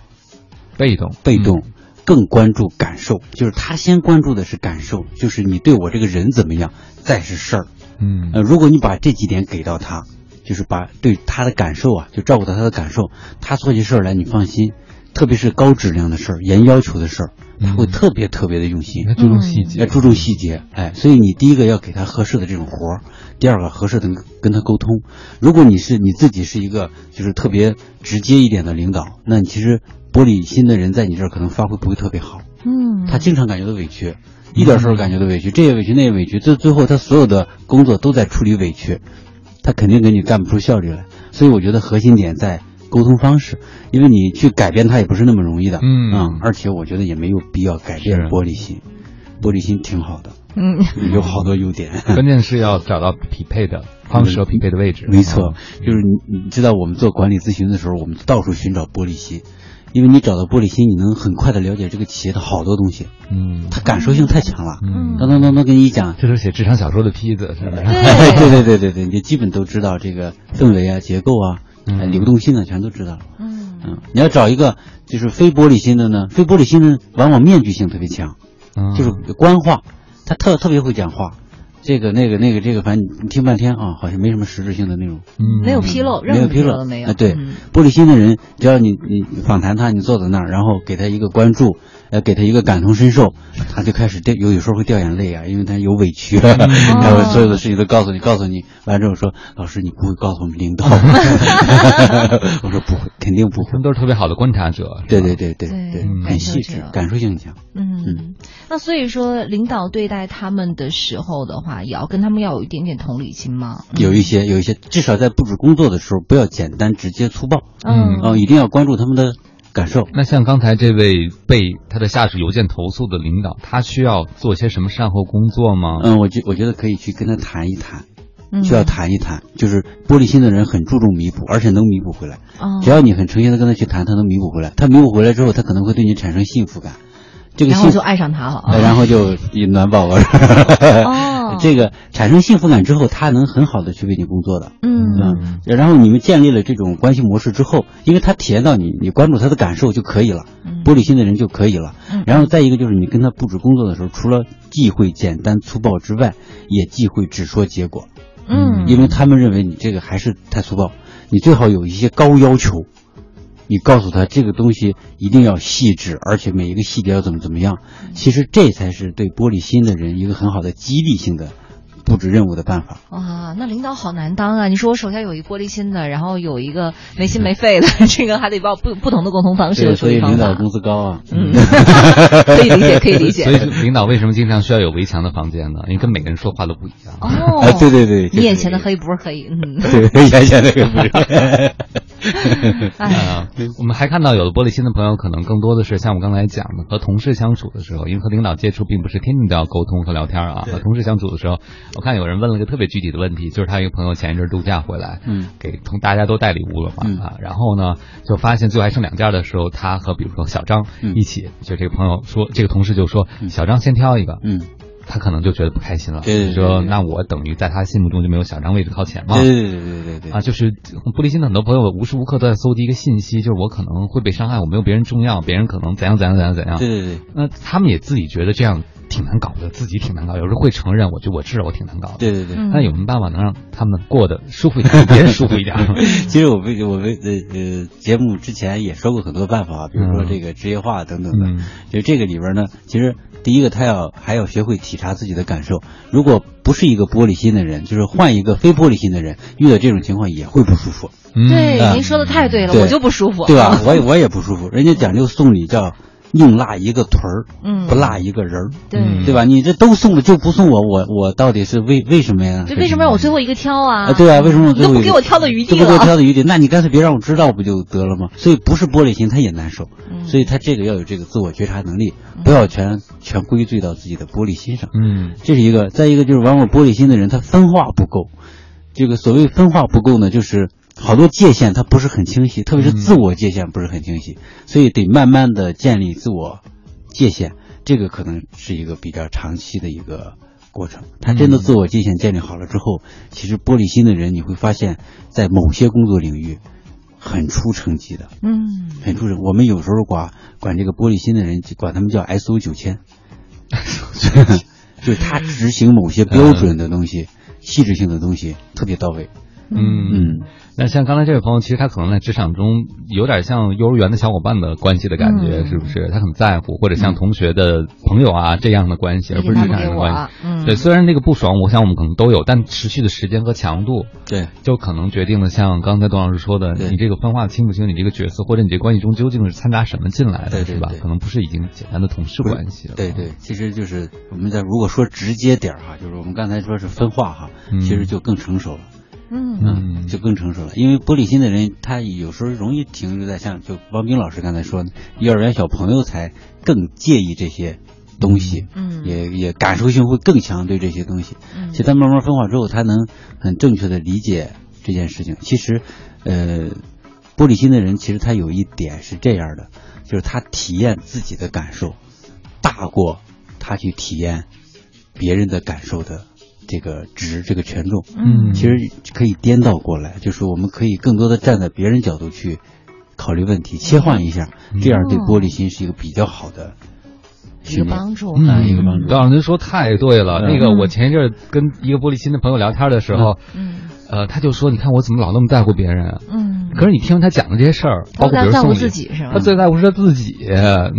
Speaker 2: 被动
Speaker 3: 被动，更关注感受，就是他先关注的是感受，就是你对我这个人怎么样，再是事儿。
Speaker 2: 嗯
Speaker 3: 呃，如果你把这几点给到他，就是把对他的感受啊，就照顾到他的感受，他做起事儿来你放心，特别是高质量的事儿、严要求的事儿，他会特别特别的用心
Speaker 2: 你。看注重细节
Speaker 3: 要，注重细节，哎，所以你第一个要给他合适的这种活儿，第二个合适的跟他沟通。如果你是你自己是一个就是特别直接一点的领导，那你其实玻璃心的人在你这儿可能发挥不会特别好，
Speaker 1: 嗯，
Speaker 3: 他经常感觉到委屈，一点事儿感觉到委
Speaker 2: 嗯
Speaker 3: 屈，这也委屈那也委屈，最最后他所有的工作都在处理委屈，他肯定给你干不出效率来。所以我觉得核心点在沟通方式，因为你去改变他也不是那么容易的，啊
Speaker 2: 嗯
Speaker 3: 而且我觉得也没有必要改变
Speaker 2: 是
Speaker 3: 玻璃心，玻璃心挺好的。
Speaker 1: 嗯，
Speaker 3: 有好多优点。
Speaker 2: 关键是要找到匹配的方式和匹配的位置。
Speaker 3: 没错，
Speaker 2: 嗯
Speaker 3: 就是你你知道我们做管理咨询的时候，我们到处寻找玻璃心，因为你找到玻璃心，你能很快的了解这个企业的好多东西，
Speaker 2: 嗯
Speaker 3: 它感受性太强了。
Speaker 2: 嗯，
Speaker 3: 刚刚刚刚跟你讲，
Speaker 2: 这都是写职场小说的坯子，是不是？
Speaker 1: 对
Speaker 3: 哎对对对对对，你就基本都知道这个氛围啊、结构啊、
Speaker 2: 嗯
Speaker 3: 哎流动性啊，全都知道了。
Speaker 1: 嗯
Speaker 3: 嗯，你要找一个就是非玻璃心的呢，非玻璃心的往往面具性特别强，
Speaker 2: 嗯
Speaker 3: 就是官话，他特特别会讲话，这个那个那个这个，反正你听半天啊，好像没什么实质性的内容。
Speaker 2: 嗯
Speaker 1: 没有纰漏，
Speaker 3: 没
Speaker 1: 任何
Speaker 3: 有纰
Speaker 1: 漏
Speaker 3: 漏
Speaker 1: 都没有。
Speaker 3: 啊。对
Speaker 1: 嗯，
Speaker 3: 玻璃心的人，只要你你访谈他，你坐在那儿，然后给他一个关注，呃，给他一个感同身受，他就开始掉，有有时候会掉眼泪啊，因为他有委屈啊，然后所有的事情都告诉你，告诉你，完之后说，老师你不会告诉我们领导吧，我说不会，肯定不
Speaker 2: 他
Speaker 3: 会，
Speaker 2: 们都是特别好的观察者。
Speaker 3: 对对对对
Speaker 1: 对
Speaker 3: 对
Speaker 2: 嗯，
Speaker 3: 很细致
Speaker 1: 感受者，
Speaker 3: 感受性强，
Speaker 1: 嗯，那所以说，领导对待他们的时候的话，也要跟他们要有一点点同理心嘛。
Speaker 3: 有一些有一些，至少在布置工作的时候，不要简单直接粗暴，
Speaker 2: 嗯
Speaker 3: 啊，一定要关注他们的感受。
Speaker 2: 那像刚才这位被他的下属邮件投诉的领导，他需要做些什么善后工作吗？
Speaker 3: 嗯，我觉我觉得可以去跟他谈一谈，
Speaker 1: 嗯，
Speaker 3: 需要谈一谈，就是玻璃心的人很注重弥补，而且能弥补回来。
Speaker 1: 哦
Speaker 3: 只要你很诚心的跟他去谈，他能弥补回来。他弥补回来之后，他可能会对你产生幸福感，这个
Speaker 1: 然后
Speaker 3: 幸
Speaker 1: 就
Speaker 3: 福，
Speaker 1: 爱上他了
Speaker 3: 呃
Speaker 1: 啊。
Speaker 3: 然后就以暖宝宝。
Speaker 1: 哦
Speaker 3: 这个产生幸福感之后，他能很好的去为你工作的。
Speaker 1: 嗯
Speaker 3: 嗯，然后你们建立了这种关系模式之后，因为他体验到你，你关注他的感受就可以了，
Speaker 1: 嗯
Speaker 3: 玻璃心的人就可以了
Speaker 1: 嗯。
Speaker 3: 然后再一个就是你跟他布置工作的时候，除了忌讳简单粗暴之外，也忌讳只说结果。
Speaker 1: 嗯
Speaker 3: 因为他们认为你这个还是太粗暴，你最好有一些高要求，你告诉他这个东西一定要细致，而且每一个细节要怎么怎么样。其实这才是对玻璃心的人一个很好的激励性的布置任务的办法。
Speaker 1: 哇，啊那领导好难当啊！你说我手下有一玻璃心的，然后有一个没心没肺的， 这个还得报不不同的沟通方式
Speaker 3: 对，
Speaker 1: 和
Speaker 3: 所
Speaker 1: 处
Speaker 3: 以
Speaker 1: 理方
Speaker 3: 领
Speaker 1: 法。
Speaker 3: 导工资高啊。
Speaker 1: 嗯， 可以理 解，可以理
Speaker 2: 所以
Speaker 1: 解。
Speaker 2: 领导为什么经常需要有围墙的房间呢？因为跟每个人说话都不一样。
Speaker 1: 哦
Speaker 3: 哎，，对对对，
Speaker 1: 你眼前的黑不是黑，嗯。
Speaker 3: 对，眼前的黑不是。嗯
Speaker 1: 哎，
Speaker 2: 啊，我们还看到有的玻璃心的朋友，可能更多的是像我刚才讲的，和同事相处的时候，因为和领导接触并不是天天都要沟通和聊天啊。和同事相处的时候，我看有人问了个特别具体的问题，就是他一个朋友前一阵度假回来，
Speaker 3: 嗯，
Speaker 2: 给同大家都带礼物了嘛、
Speaker 3: 嗯
Speaker 2: 啊，然后呢，就发现最后还剩两件的时候，他和比如说小张
Speaker 3: 嗯
Speaker 2: 一起，就这个朋友说，这个同事就说，小张先挑一个，
Speaker 3: 嗯，
Speaker 2: 他可能就觉得不开心了，
Speaker 3: 对对对
Speaker 2: 说
Speaker 3: 对
Speaker 2: 那我等于在他心目中就没有小张位置靠前嘛，
Speaker 3: 对对对对对对
Speaker 2: 啊，就是玻璃心的很多朋友无时无刻都在搜集一个信息，就是我可能会被伤害，我没有别人重要，别人可能怎样怎样怎样怎样。
Speaker 3: 对对对。
Speaker 2: 那他们也自己觉得这样挺难搞的，自己挺难搞，有时候会承认，我觉得我知道我挺难搞的。
Speaker 3: 对对对，
Speaker 1: 嗯
Speaker 2: 那有什么办法能让他们过得舒服一 点，比别人舒服一点？
Speaker 3: 其实我们我们呃呃节目之前也说过很多办法，比如说
Speaker 2: 嗯
Speaker 3: 这个职业化等等的。
Speaker 2: 嗯
Speaker 3: 就这个里边呢，其实第一个他要还要学会体察自己的感受。如果不是一个玻璃心的人，就是换一个非玻璃心的人，遇到这种情况也会不舒服，
Speaker 2: 嗯，
Speaker 1: 对，您说的太对了，
Speaker 3: 对
Speaker 1: 我就不啊舒服。
Speaker 3: 对吧？我也我也不舒服。人家讲究送礼叫宁落一个屯儿，
Speaker 1: 嗯
Speaker 3: 不落一个人儿，
Speaker 1: 对，
Speaker 2: 嗯
Speaker 3: 对吧？你这都送了就不送我，我我到底是为为什么呀？
Speaker 1: 这为什么让我最后一个挑啊？
Speaker 3: 啊，对啊，为什么我最
Speaker 1: 都
Speaker 3: 后
Speaker 1: 不
Speaker 3: 一
Speaker 1: 给
Speaker 3: 个
Speaker 1: 我挑的余地
Speaker 3: 都不给我
Speaker 1: 了？
Speaker 3: 挑的余地，那你干脆别让我知道不就得了吗？所以不是玻璃心，他也难受，
Speaker 1: 嗯
Speaker 3: 所以他这个要有这个自我觉察能力，不要全全归罪到自己的玻璃心上，
Speaker 2: 嗯
Speaker 3: 这是一个。再一个就是往往玻璃心的人，他分化不够，这个所谓分化不够呢，就是好多界限它不是很清晰，特别是自我界限不是很清晰，所以得慢慢的建立自我界限，这个可能是一个比较长期的一个过程。他真的自我界限建立好了之后，其实玻璃心的人，你会发现在某些工作领域很出成绩的，
Speaker 1: 嗯，
Speaker 3: 很出哎成。我们有时候管管这个玻璃心的人，就管他们叫 SO 九千，就是他执行某些标准的东西、细致性的东西特别到位。
Speaker 2: 嗯
Speaker 3: 嗯，
Speaker 2: 那像刚才这位朋友，其实他可能在职场中有点像幼儿园的小伙伴的关系的感觉，
Speaker 1: 嗯
Speaker 2: 是不是？他很在乎，或者像同学的朋友啊这样的关系，而不是职场人的关系。
Speaker 1: 嗯
Speaker 2: 对，虽然那个不爽，我想我们可能都有，但持续的时间和强度，
Speaker 3: 对。
Speaker 2: 就可能决定了像刚才董老师说的，
Speaker 3: 对
Speaker 2: 你这个分化清不清，你这个角色或者你这关系中究竟是掺杂什么进来的，
Speaker 3: 对对
Speaker 2: 是吧
Speaker 3: 对？
Speaker 2: 可能不是已经简单的同事关系了。
Speaker 3: 对对，其实就是我们在如果说直接点儿哈，就是我们刚才说是分化哈，
Speaker 2: 嗯
Speaker 3: 其实就更成熟了。
Speaker 1: 嗯
Speaker 2: 嗯
Speaker 3: 就更成熟了。因为玻璃心的人，他有时候容易停留在像就汪冰老师刚才说的，幼儿园小朋友才更介意这些东西，
Speaker 1: 嗯
Speaker 3: 也也感受性会更强对这些东西。
Speaker 1: 嗯
Speaker 3: 其实他慢慢分化之后，他能很正确的理解这件事情。其实，呃，玻璃心的人其实他有一点是这样的，就是他体验自己的感受大过他去体验别人的感受的这个值这个权重。
Speaker 2: 嗯，
Speaker 3: 其实可以颠倒过来，就是我们可以更多的站在别人角度去考虑问题，切换一下，
Speaker 2: 嗯
Speaker 3: 这样对玻璃心是一个比较好的
Speaker 1: 一个
Speaker 3: 训练。
Speaker 1: 帮助。啊
Speaker 2: 嗯，
Speaker 3: 一个帮助
Speaker 2: 董老师您说太对了。
Speaker 3: 嗯
Speaker 2: 那个我前一阵儿跟一个玻璃心的朋友聊天的时候，
Speaker 1: 嗯
Speaker 2: 呃，他就说：“你看我怎么老那么在乎别人啊？”
Speaker 1: 嗯，
Speaker 2: 可是你听他讲的这些事儿，包
Speaker 1: 哦他
Speaker 2: 括
Speaker 1: 在
Speaker 2: 比如
Speaker 1: 在乎
Speaker 2: 送礼
Speaker 1: 自己是吗
Speaker 2: 他？最在乎是他自己。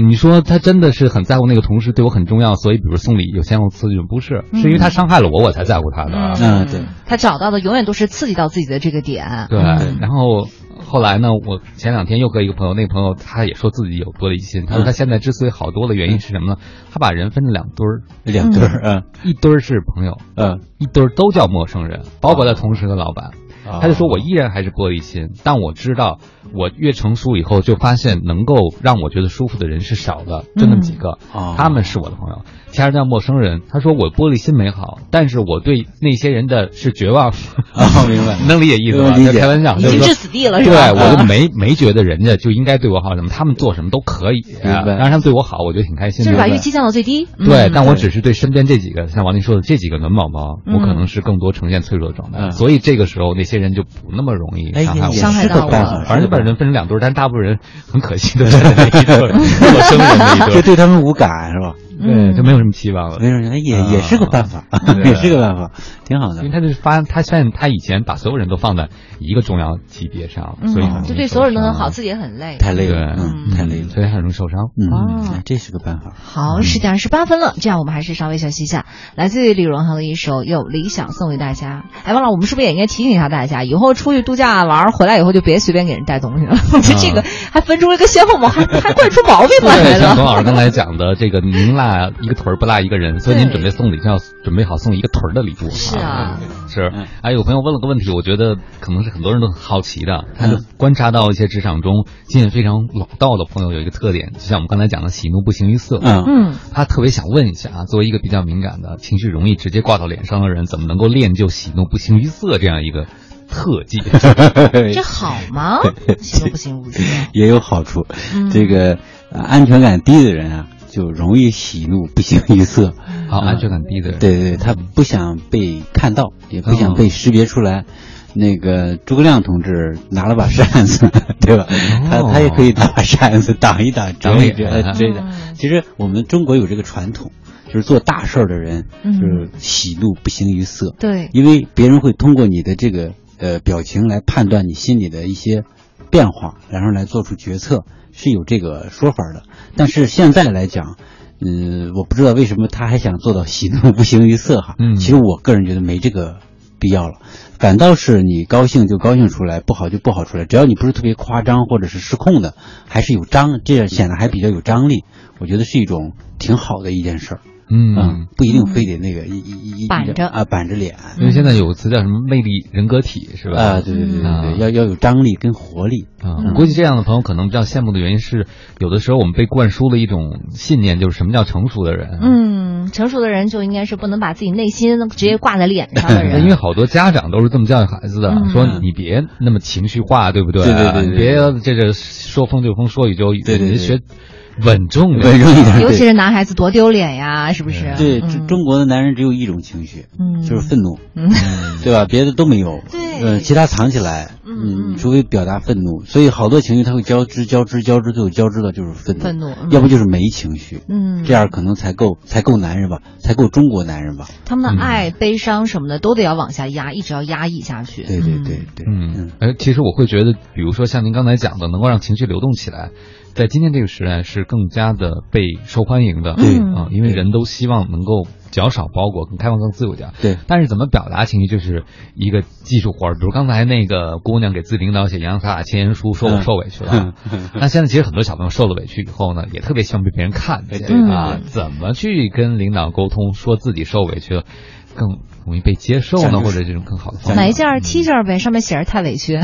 Speaker 2: 你说他真的是很在乎那个同事对我很重要，所以比如送礼有先后次序，不是，
Speaker 1: 嗯
Speaker 2: 是因为他伤害了我，我才在乎他的啊。
Speaker 3: 嗯，对，
Speaker 1: 他找到的永远都是刺激到自己的这个点。嗯
Speaker 2: 对，然后后来呢，我前两天又和一个朋友，那个朋友他也说自己有玻璃心，他说他现在之所以好多了，原因是什么呢？他把人分成两堆儿，
Speaker 3: 两对儿，嗯
Speaker 2: 一堆儿是朋友，
Speaker 3: 嗯，
Speaker 2: 一堆儿都叫陌生人，包括他同事和老板。
Speaker 3: 啊
Speaker 2: 他就说我依然还是玻璃心，但我知道我越成熟以后，就发现能够让我觉得舒服的人是少的，就那么几个，
Speaker 3: 哦
Speaker 2: 他们是我的朋友。其他人叫陌生人。他说我玻璃心没好，但是我对那些人的是绝望。
Speaker 3: 啊，明白，
Speaker 2: 能理解意思吧？
Speaker 3: 能理解
Speaker 2: 就开玩笑，
Speaker 1: 已
Speaker 2: 就是
Speaker 1: 经
Speaker 2: 说
Speaker 1: 置死地了是
Speaker 2: 对，
Speaker 1: 吧？
Speaker 2: 我就没没觉得人家就应该对我好什么，他们做什么都可以，
Speaker 3: 白
Speaker 2: 但是他们对我好，我觉得挺开心
Speaker 1: 就
Speaker 2: 的。
Speaker 1: 是把预期降到最低。嗯
Speaker 2: 对，但我只是对身边这几个，像王林说的这几个暖宝宝，
Speaker 1: 嗯
Speaker 2: 我可能是更多呈现脆弱的状态，
Speaker 3: 嗯
Speaker 2: 所以这个时候那些人就不那么容易
Speaker 3: 哎
Speaker 2: 伤害我。
Speaker 3: 也
Speaker 1: 伤害
Speaker 3: 是个
Speaker 1: 到我
Speaker 3: 办法，
Speaker 2: 反正
Speaker 3: 是
Speaker 2: 就
Speaker 3: 个
Speaker 2: 把
Speaker 3: 办法
Speaker 2: 人分成 两堆儿，但大部分人很可惜的站在那一堆儿，陌生人那一堆
Speaker 3: 就
Speaker 2: 儿。
Speaker 3: 对他们无感是吧？
Speaker 1: 嗯
Speaker 2: 对，就没有什么期望了
Speaker 3: 没。事，也
Speaker 2: 啊
Speaker 3: 也是个办法，
Speaker 2: 对
Speaker 3: 也是个办法，挺好
Speaker 2: 因为
Speaker 3: 的。
Speaker 2: 他就是发，他现他以前把所有人都放在一个重要级别上，
Speaker 1: 嗯
Speaker 2: 所以嗯
Speaker 1: 就对所有人都很好，自己也很累。
Speaker 3: 太累了，
Speaker 2: 对
Speaker 3: 嗯，太累了，
Speaker 2: 所以他很容易受伤。
Speaker 1: 哦
Speaker 3: 嗯，哎这是个办法。
Speaker 2: 嗯
Speaker 1: 好，十点二十八分了，这样我们还是稍微休息一下。来自于李荣浩的一首《有理想》送给大家。哎，王老，我们是不是也应该提醒一下大家，以后出去度假玩儿回来以后就别随便给人带东西 了？我
Speaker 2: 啊
Speaker 1: 觉得这个还分出一个先后矛，还还惯出毛病 来
Speaker 2: 像董
Speaker 1: 了。
Speaker 2: 老师刚才讲的，这个您落一个腿儿不落一个人，所以您准备送礼就要准备好送一个腿儿的礼物。
Speaker 1: 是啊，
Speaker 2: 是
Speaker 3: 嗯。
Speaker 2: 哎，有朋友问了个问题，我觉得可能是很多人都很好奇的，他
Speaker 3: 嗯
Speaker 2: 就观察到一些职场中经验非常老道的朋友有一个特点，就像我们刚才讲的，喜怒不形于色。
Speaker 3: 嗯，
Speaker 1: 嗯，
Speaker 2: 他特别想问一下啊，作为一个比较敏感的情绪容易直接挂到脸上的人，怎么能够练就喜怒不形于色这样一个特技？
Speaker 1: 这好吗？行不行？不行。
Speaker 3: 嗯 也有好处
Speaker 1: 嗯。
Speaker 3: 这个呃安全感低的人啊，就容易喜怒不形于色。
Speaker 2: 好，安全感低的人，
Speaker 3: 对对，他不想被看到，也不
Speaker 2: 嗯
Speaker 3: 想被识别出来。那个诸葛亮同志拿了把扇子， 对吧？他他也可以拿把扇子挡一挡，整理
Speaker 2: 挡
Speaker 3: 这
Speaker 2: 脸
Speaker 3: 呃之类的
Speaker 1: 嗯。
Speaker 3: 其实我们中国有这个传统，就是做大事儿的人，就
Speaker 1: 嗯
Speaker 3: 是喜怒不形于色。
Speaker 1: 对，
Speaker 3: 因为别人会通过你的这个呃表情来判断你心里的一些变化，然后来做出决策，是有这个说法的。但是现在来讲，嗯，我不知道为什么他还想做到喜怒不形于色哈。
Speaker 2: 嗯
Speaker 3: 其实我个人觉得没这个必要了，反倒是你高兴就高兴出来，不好就不好出来，只要你不是特别夸张或者是失控的，还是有张，这样显得还比较有张力。我觉得是一种挺好的一件事儿，
Speaker 2: 嗯。，
Speaker 3: 不一定非得那个一一一
Speaker 1: 板着
Speaker 3: 啊板着脸，
Speaker 2: 因为现在有个词叫什么“魅力人格体”是吧？
Speaker 3: 啊，对对对对
Speaker 2: 嗯
Speaker 3: 对，要要有张力跟活力。
Speaker 2: 啊，
Speaker 1: 嗯
Speaker 2: 我估计这样的朋友可能比较羡慕的原因是，有的时候我们被灌输了一种信念，就是什么叫成熟的人。
Speaker 1: 嗯，成熟的人就应该是不能把自己内心直接挂在脸上的
Speaker 2: 因
Speaker 1: 人。
Speaker 2: 为好多家长都是这么教育孩子的，
Speaker 1: 嗯
Speaker 2: 说你别那么情绪化，对不对？
Speaker 3: 对对对对
Speaker 2: 你别这这说风就风，说雨就雨，
Speaker 3: 对对对
Speaker 2: 你学稳重点，
Speaker 3: 稳重一点，
Speaker 1: 尤其
Speaker 3: 对
Speaker 1: 是男孩子多丢脸呀，是不是？
Speaker 3: 对
Speaker 1: 嗯
Speaker 3: 中中国的男人只有一种情绪，
Speaker 1: 嗯
Speaker 3: 就是愤怒，
Speaker 1: 嗯
Speaker 3: 对吧？别的都没有，
Speaker 1: 对
Speaker 3: 呃，其他藏起来，
Speaker 1: 嗯嗯
Speaker 3: 嗯，除非表达愤怒，所以好多情绪它会交织、交织、交织，最后交织到就是愤怒，
Speaker 1: 愤怒嗯
Speaker 3: 要不就是没情绪，
Speaker 1: 嗯
Speaker 3: 这样可能才够才够男人吧，才够中国男人吧？
Speaker 1: 他们的爱、悲伤什么的都得要往下压，一直要压抑下去。
Speaker 3: 对对对对，
Speaker 2: 嗯，哎，其实我会觉得，比如说像您刚才讲的，能够让情绪流动起来，在今天这个时代是更加的被受欢迎的。
Speaker 3: 对
Speaker 1: 嗯
Speaker 2: 啊，因为人都希望能够较少包裹，更开放、更自由点儿。
Speaker 3: 对
Speaker 2: 但是怎么表达情绪，就是一个技术活儿。比如刚才那个姑娘给自己领导写洋洒千言书，嗯说我受委屈
Speaker 3: 嗯
Speaker 2: 了。那现在其实很多小朋友受了委屈以后呢，也特别希望被别人看见
Speaker 3: 哎对
Speaker 2: 啊，怎么去跟领导沟通，说自己受委屈了，更容易被接受
Speaker 3: 像
Speaker 2: 呢，
Speaker 3: 就是
Speaker 2: 或者这种更好的方法。
Speaker 1: 嗯买一件 T 恤呗，上面写着太委屈，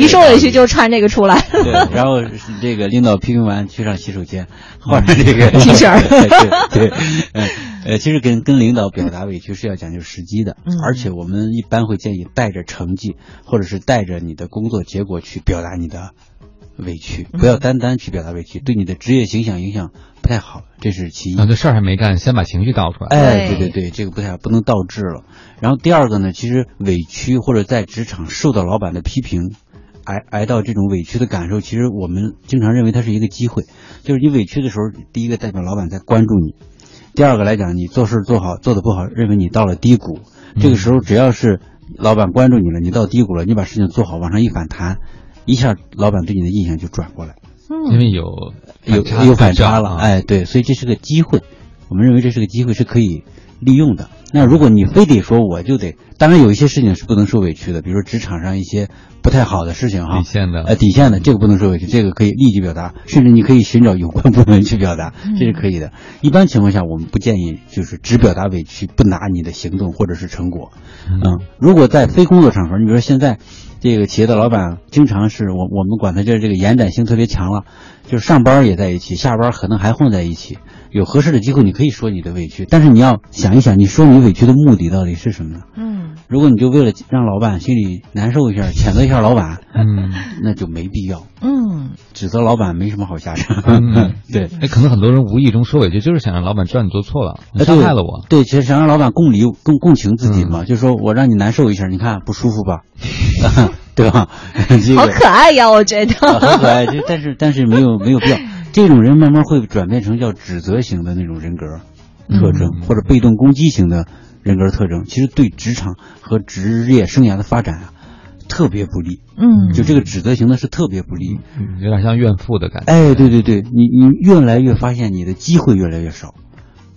Speaker 1: 一受委屈就穿这个出来。
Speaker 3: 对，然后是这个领导批评完去上洗手间，换上这个
Speaker 1: T 恤儿
Speaker 3: 对对，呃呃，其实跟跟领导表达委屈是要讲究时机的
Speaker 1: 嗯，
Speaker 3: 而且我们一般会建议带着成绩或者是带着你的工作结果去表达你的委屈，不要单单去表达委屈，对你的职业形象影响不太好，这是其一
Speaker 2: 然。后这事儿还没干，先把情绪倒出来。
Speaker 3: 哎，
Speaker 1: 对
Speaker 3: 对对对，这个不太好不能倒置了。然后第二个呢，其实委屈或者在职场受到老板的批评，挨挨到这种委屈的感受，其实我们经常认为它是一个机会，就是你委屈的时候，第一个代表老板在关注你，第二个来讲，你做事做好做得不好，认为你到了低谷，
Speaker 2: 嗯
Speaker 3: 这个时候只要是老板关注你了，你到低谷了，你把事情做好，往上一反弹，一下老板对你的印象就转过来。
Speaker 2: 因为有
Speaker 3: 嗯有
Speaker 2: 差
Speaker 3: 有反差
Speaker 2: 啊
Speaker 3: 了，哎，对，所以这是个机会，我们认为这是个机会是可以利用的。那如果你非得说我就得，当然有一些事情是不能受委屈的，比如说职场上一些不太好的事情哈，
Speaker 2: 底线的
Speaker 3: 呃底线的这个不能受委屈，这个可以立即表达，甚至你可以寻找有关部门去表达，这是可以的。一般情况下，我们不建议就是只表达委屈，不拿你的行动或者是成果，嗯，如果在非工作场合，你比如说现在这个企业的老板，经常是我我们管他叫这个延展性特别强了，就是上班也在一起，下班可能还混在一起。有合适的机会，你可以说你的委屈，但是你要想一想，你说你委屈的目的到底是什么呢？
Speaker 1: 嗯，
Speaker 3: 如果你就为了让老板心里难受一下，谴责一下老板，
Speaker 2: 嗯，
Speaker 3: 那就没必要，
Speaker 1: 嗯，
Speaker 3: 指责老板没什么好下场。
Speaker 2: 嗯
Speaker 3: 对，
Speaker 2: 哎，可能很多人无意中说委屈，就是想让老板知道你做错了，你伤害了我。
Speaker 3: 哎
Speaker 2: 嗯
Speaker 3: 对，其实想让老板共理共共情自己嘛，就说我让你难受一下，你看不舒服 吧，对吧？这个
Speaker 1: 好可爱呀，我觉得。
Speaker 3: 啊很可爱，就但是但是没有没有必要。这种人慢慢会转变成叫指责型的那种人格特征，
Speaker 2: 嗯
Speaker 3: 或者被动攻击型的人格特征，其实对职场和职业生涯的发展啊特别不利。
Speaker 1: 嗯
Speaker 3: 就这个指责型的是特别不利。
Speaker 2: 嗯有点像怨妇的感觉。
Speaker 3: 哎，对对对，你你越来越发现你的机会越来越少，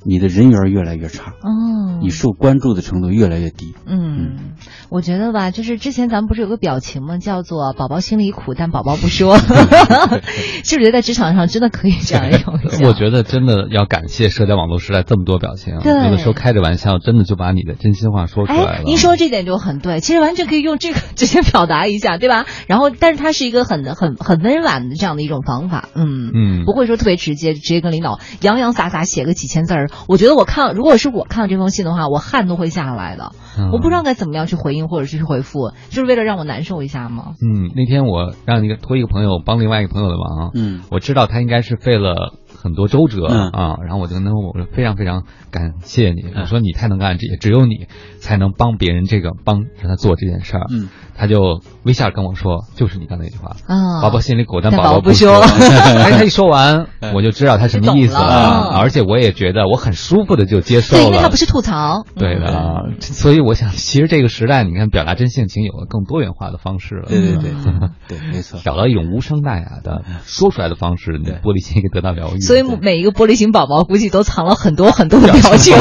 Speaker 3: 你的人缘越来越差，
Speaker 1: 哦，
Speaker 3: 你受关注的程度越来越低。
Speaker 1: 嗯，我觉得吧，就是之前咱们不是有个表情吗？叫做“宝宝心里苦，但宝宝不 说”，是不是觉得在职场上真的可以这样用一下？
Speaker 2: 我觉得真的要感谢社交网络时代这么多表情，啊
Speaker 1: 对
Speaker 2: 有的时候开着玩笑，真的就把你的真心话说出来
Speaker 1: 哎
Speaker 2: 了，。
Speaker 1: 您说这点就很对，其实完全可以用这个直接表达一下，对吧？然后，但是它是一个很很很温婉的这样的一种方法，嗯
Speaker 2: 嗯
Speaker 1: 不会说特别直接，直接跟领导洋洋洒洒写个几千字儿。我觉得我看，如果是我看到这封信的话，我汗都会下来的，
Speaker 2: 嗯
Speaker 1: 我不知道该怎么样去回应或者是去回复，就是为了让我难受一下吗？
Speaker 2: 嗯，那天我让一个托一个朋友帮另外一个朋友的忙，
Speaker 3: 嗯
Speaker 2: 我知道他应该是费了很多周折、
Speaker 3: 嗯
Speaker 2: 啊，然后我就跟他说，我说非常非常感谢你，我说你太能干，这也只有你才能帮别人这个帮让他做这件事儿。
Speaker 3: 嗯，
Speaker 2: 他就微笑着跟我说，就是你刚才那句话，
Speaker 1: 啊，
Speaker 2: 宝宝心里苦，但
Speaker 1: 但宝
Speaker 2: 宝
Speaker 1: 宝不
Speaker 2: 不
Speaker 1: 休
Speaker 2: 哎，他一说完，
Speaker 3: 嗯
Speaker 2: 我就知道他什么意思
Speaker 1: 就懂了
Speaker 2: 而且我也觉得我很舒服的就接受
Speaker 1: 对，因为它
Speaker 2: 了
Speaker 1: 不。是吐槽，
Speaker 2: 对的
Speaker 3: 嗯
Speaker 2: 啊，所以我想，其实这个时代，你看表达真性情有了更多元化的方式了。
Speaker 3: 对对嗯对
Speaker 1: 嗯
Speaker 3: 对，没错。
Speaker 2: 找到一种无伤大雅的说出来的方式，你的玻璃心可以得到疗愈。
Speaker 1: 所以每一个玻璃心宝宝估计都藏了很多很多的表情，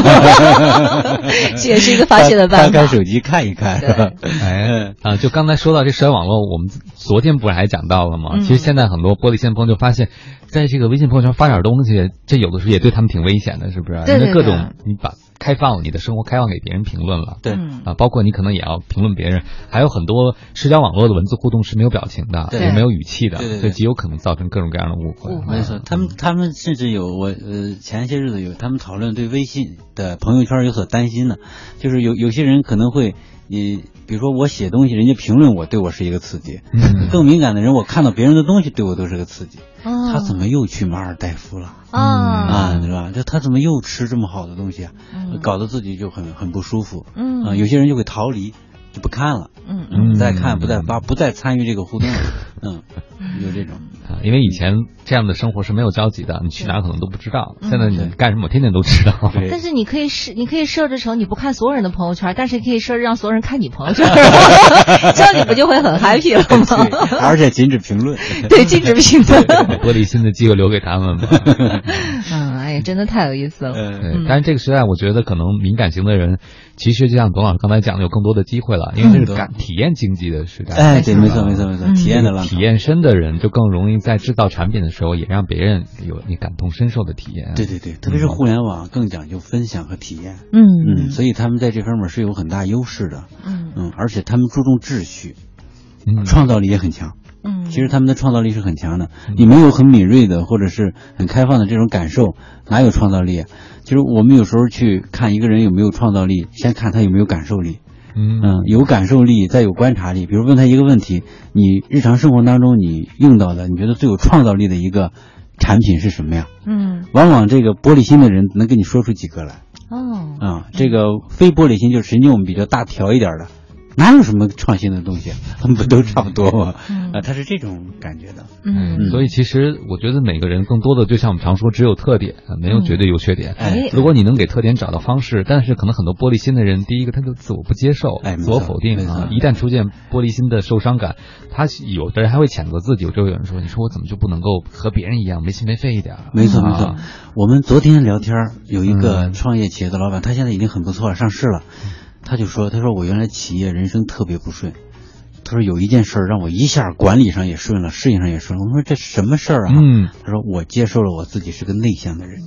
Speaker 1: 这也是一个发泄的办
Speaker 3: 翻翻
Speaker 1: 法。
Speaker 3: 开手机看一看，是吧？
Speaker 2: 哎 啊，就刚才说到这社交网络，我们昨天不是还讲到了吗？
Speaker 1: 嗯
Speaker 2: 其实现在很多玻璃心朋友就发现，在这个微信朋友圈发点东西，这有的时候也对他们挺危险的，是不是？
Speaker 1: 对对
Speaker 2: 因为各种
Speaker 1: 对
Speaker 2: 你把开放了你的生活，开放给别人评论了。
Speaker 3: 对
Speaker 1: 嗯
Speaker 2: 啊，包括你可能也要评论别人，还有很多社交网络的文字互动是没有表情的，
Speaker 3: 对
Speaker 2: 也没有语气的，
Speaker 3: 对对对
Speaker 2: 所以极有可能造成各种各样的误会。啊
Speaker 1: 误会
Speaker 3: 没错，他们他们甚至有我呃前些日子有他们讨论对微信的朋友圈有所担心呢，就是有有些人可能会你比如说我写东西，人家评论我对我是一个刺激，
Speaker 2: 嗯
Speaker 3: 更敏感的人我看到别人的东西对我都是个刺激，
Speaker 1: 啊
Speaker 3: 他怎么又去马尔代夫了？
Speaker 1: 啊
Speaker 3: 啊，对吧？这他怎么又吃这么好的东西啊？
Speaker 1: 嗯
Speaker 3: 搞得自己就很很不舒服。
Speaker 1: 嗯
Speaker 3: 啊有些人就会逃离，就不看了，
Speaker 1: 嗯嗯
Speaker 2: 嗯
Speaker 3: 不再看，不再发，不再参与这个互动了。嗯，有这种。
Speaker 2: 啊，因为以前这样的生活是没有交集的，你去哪儿可能都不知道。
Speaker 1: 嗯
Speaker 2: 现在你
Speaker 3: 对
Speaker 2: 干什么，我天天都知道。
Speaker 3: 对
Speaker 1: 但是你可以设，你可以设置成你不看所有人的朋友圈，但是可以设置让所有人看你朋友圈，这样你不就会很 happy 了吗？
Speaker 3: 对，而且禁止 评论。
Speaker 1: 对，禁止评论。
Speaker 2: 玻璃心的机会留给他们 吧。
Speaker 1: 嗯，哎呀，真的太有意思了。
Speaker 3: 嗯，
Speaker 2: 对，但是这个时代，我觉得可能敏感型的人，其实就像董老师刚才讲的，有更多的机会了，因为这是感体验经济的时代。
Speaker 3: 哎，
Speaker 2: 是
Speaker 3: 对，
Speaker 2: 吧
Speaker 3: 没错，没错，没错，
Speaker 1: 嗯
Speaker 3: 体验的浪
Speaker 2: 体
Speaker 3: 潮。
Speaker 2: 验深的人就更容易在制造产品的时候，也让别人有你感同身受的体验。
Speaker 3: 对对对，特别是互联网更讲究分享和体验。
Speaker 1: 嗯
Speaker 3: 嗯，所以他们在这方面是有很大优势的。
Speaker 1: 嗯
Speaker 3: 嗯，而且他们注重秩序，
Speaker 2: 嗯，
Speaker 3: 创造力也很强。
Speaker 1: 嗯，
Speaker 3: 其实他们的创造力是很强的，你没有很敏锐的或者是很开放的这种感受，哪有创造力啊？其实我们有时候去看一个人有没有创造力，先看他有没有感受力。
Speaker 2: 嗯
Speaker 3: 嗯，有感受力，再有观察力。比如问他一个问题，你日常生活当中你用到的，你觉得最有创造力的一个产品是什么呀？
Speaker 1: 嗯
Speaker 3: 往往这个玻璃心的人能给你说出几个来
Speaker 1: 哦
Speaker 3: 啊、这个非玻璃心就是神经我们比较大条一点的，哪有什么创新的东西啊？ 他们不都差不多吗？
Speaker 1: 嗯
Speaker 3: 啊，他是这种感觉的。
Speaker 1: 嗯，
Speaker 2: 所以其实我觉得每个人更多的，就像我们常说，只有特点，没有绝对优缺点。
Speaker 1: 哎
Speaker 2: 如果你能给特点找到方式，但是可能很多玻璃心的人，第一个他就自我不接受，
Speaker 3: 哎
Speaker 2: 自
Speaker 3: 没错
Speaker 2: 我否定
Speaker 3: 没错
Speaker 2: 啊，一旦出现玻璃心的受伤感，他有的人还会谴责自己。我就有人说，你说我怎么就不能够和别人一样没心没肺一点儿？
Speaker 3: 没错没错
Speaker 2: 啊，
Speaker 3: 我们昨天聊天儿有一个
Speaker 2: 嗯
Speaker 3: 创业企业的老板，他现在已经很不错了，上市了。他就说：“他说我原来企业人生特别不顺，他说有一件事儿让我一下管理上也顺了，事业上也顺了。我说这什么事儿啊？
Speaker 2: 嗯
Speaker 3: 他说我接受了我自己是个内向的人。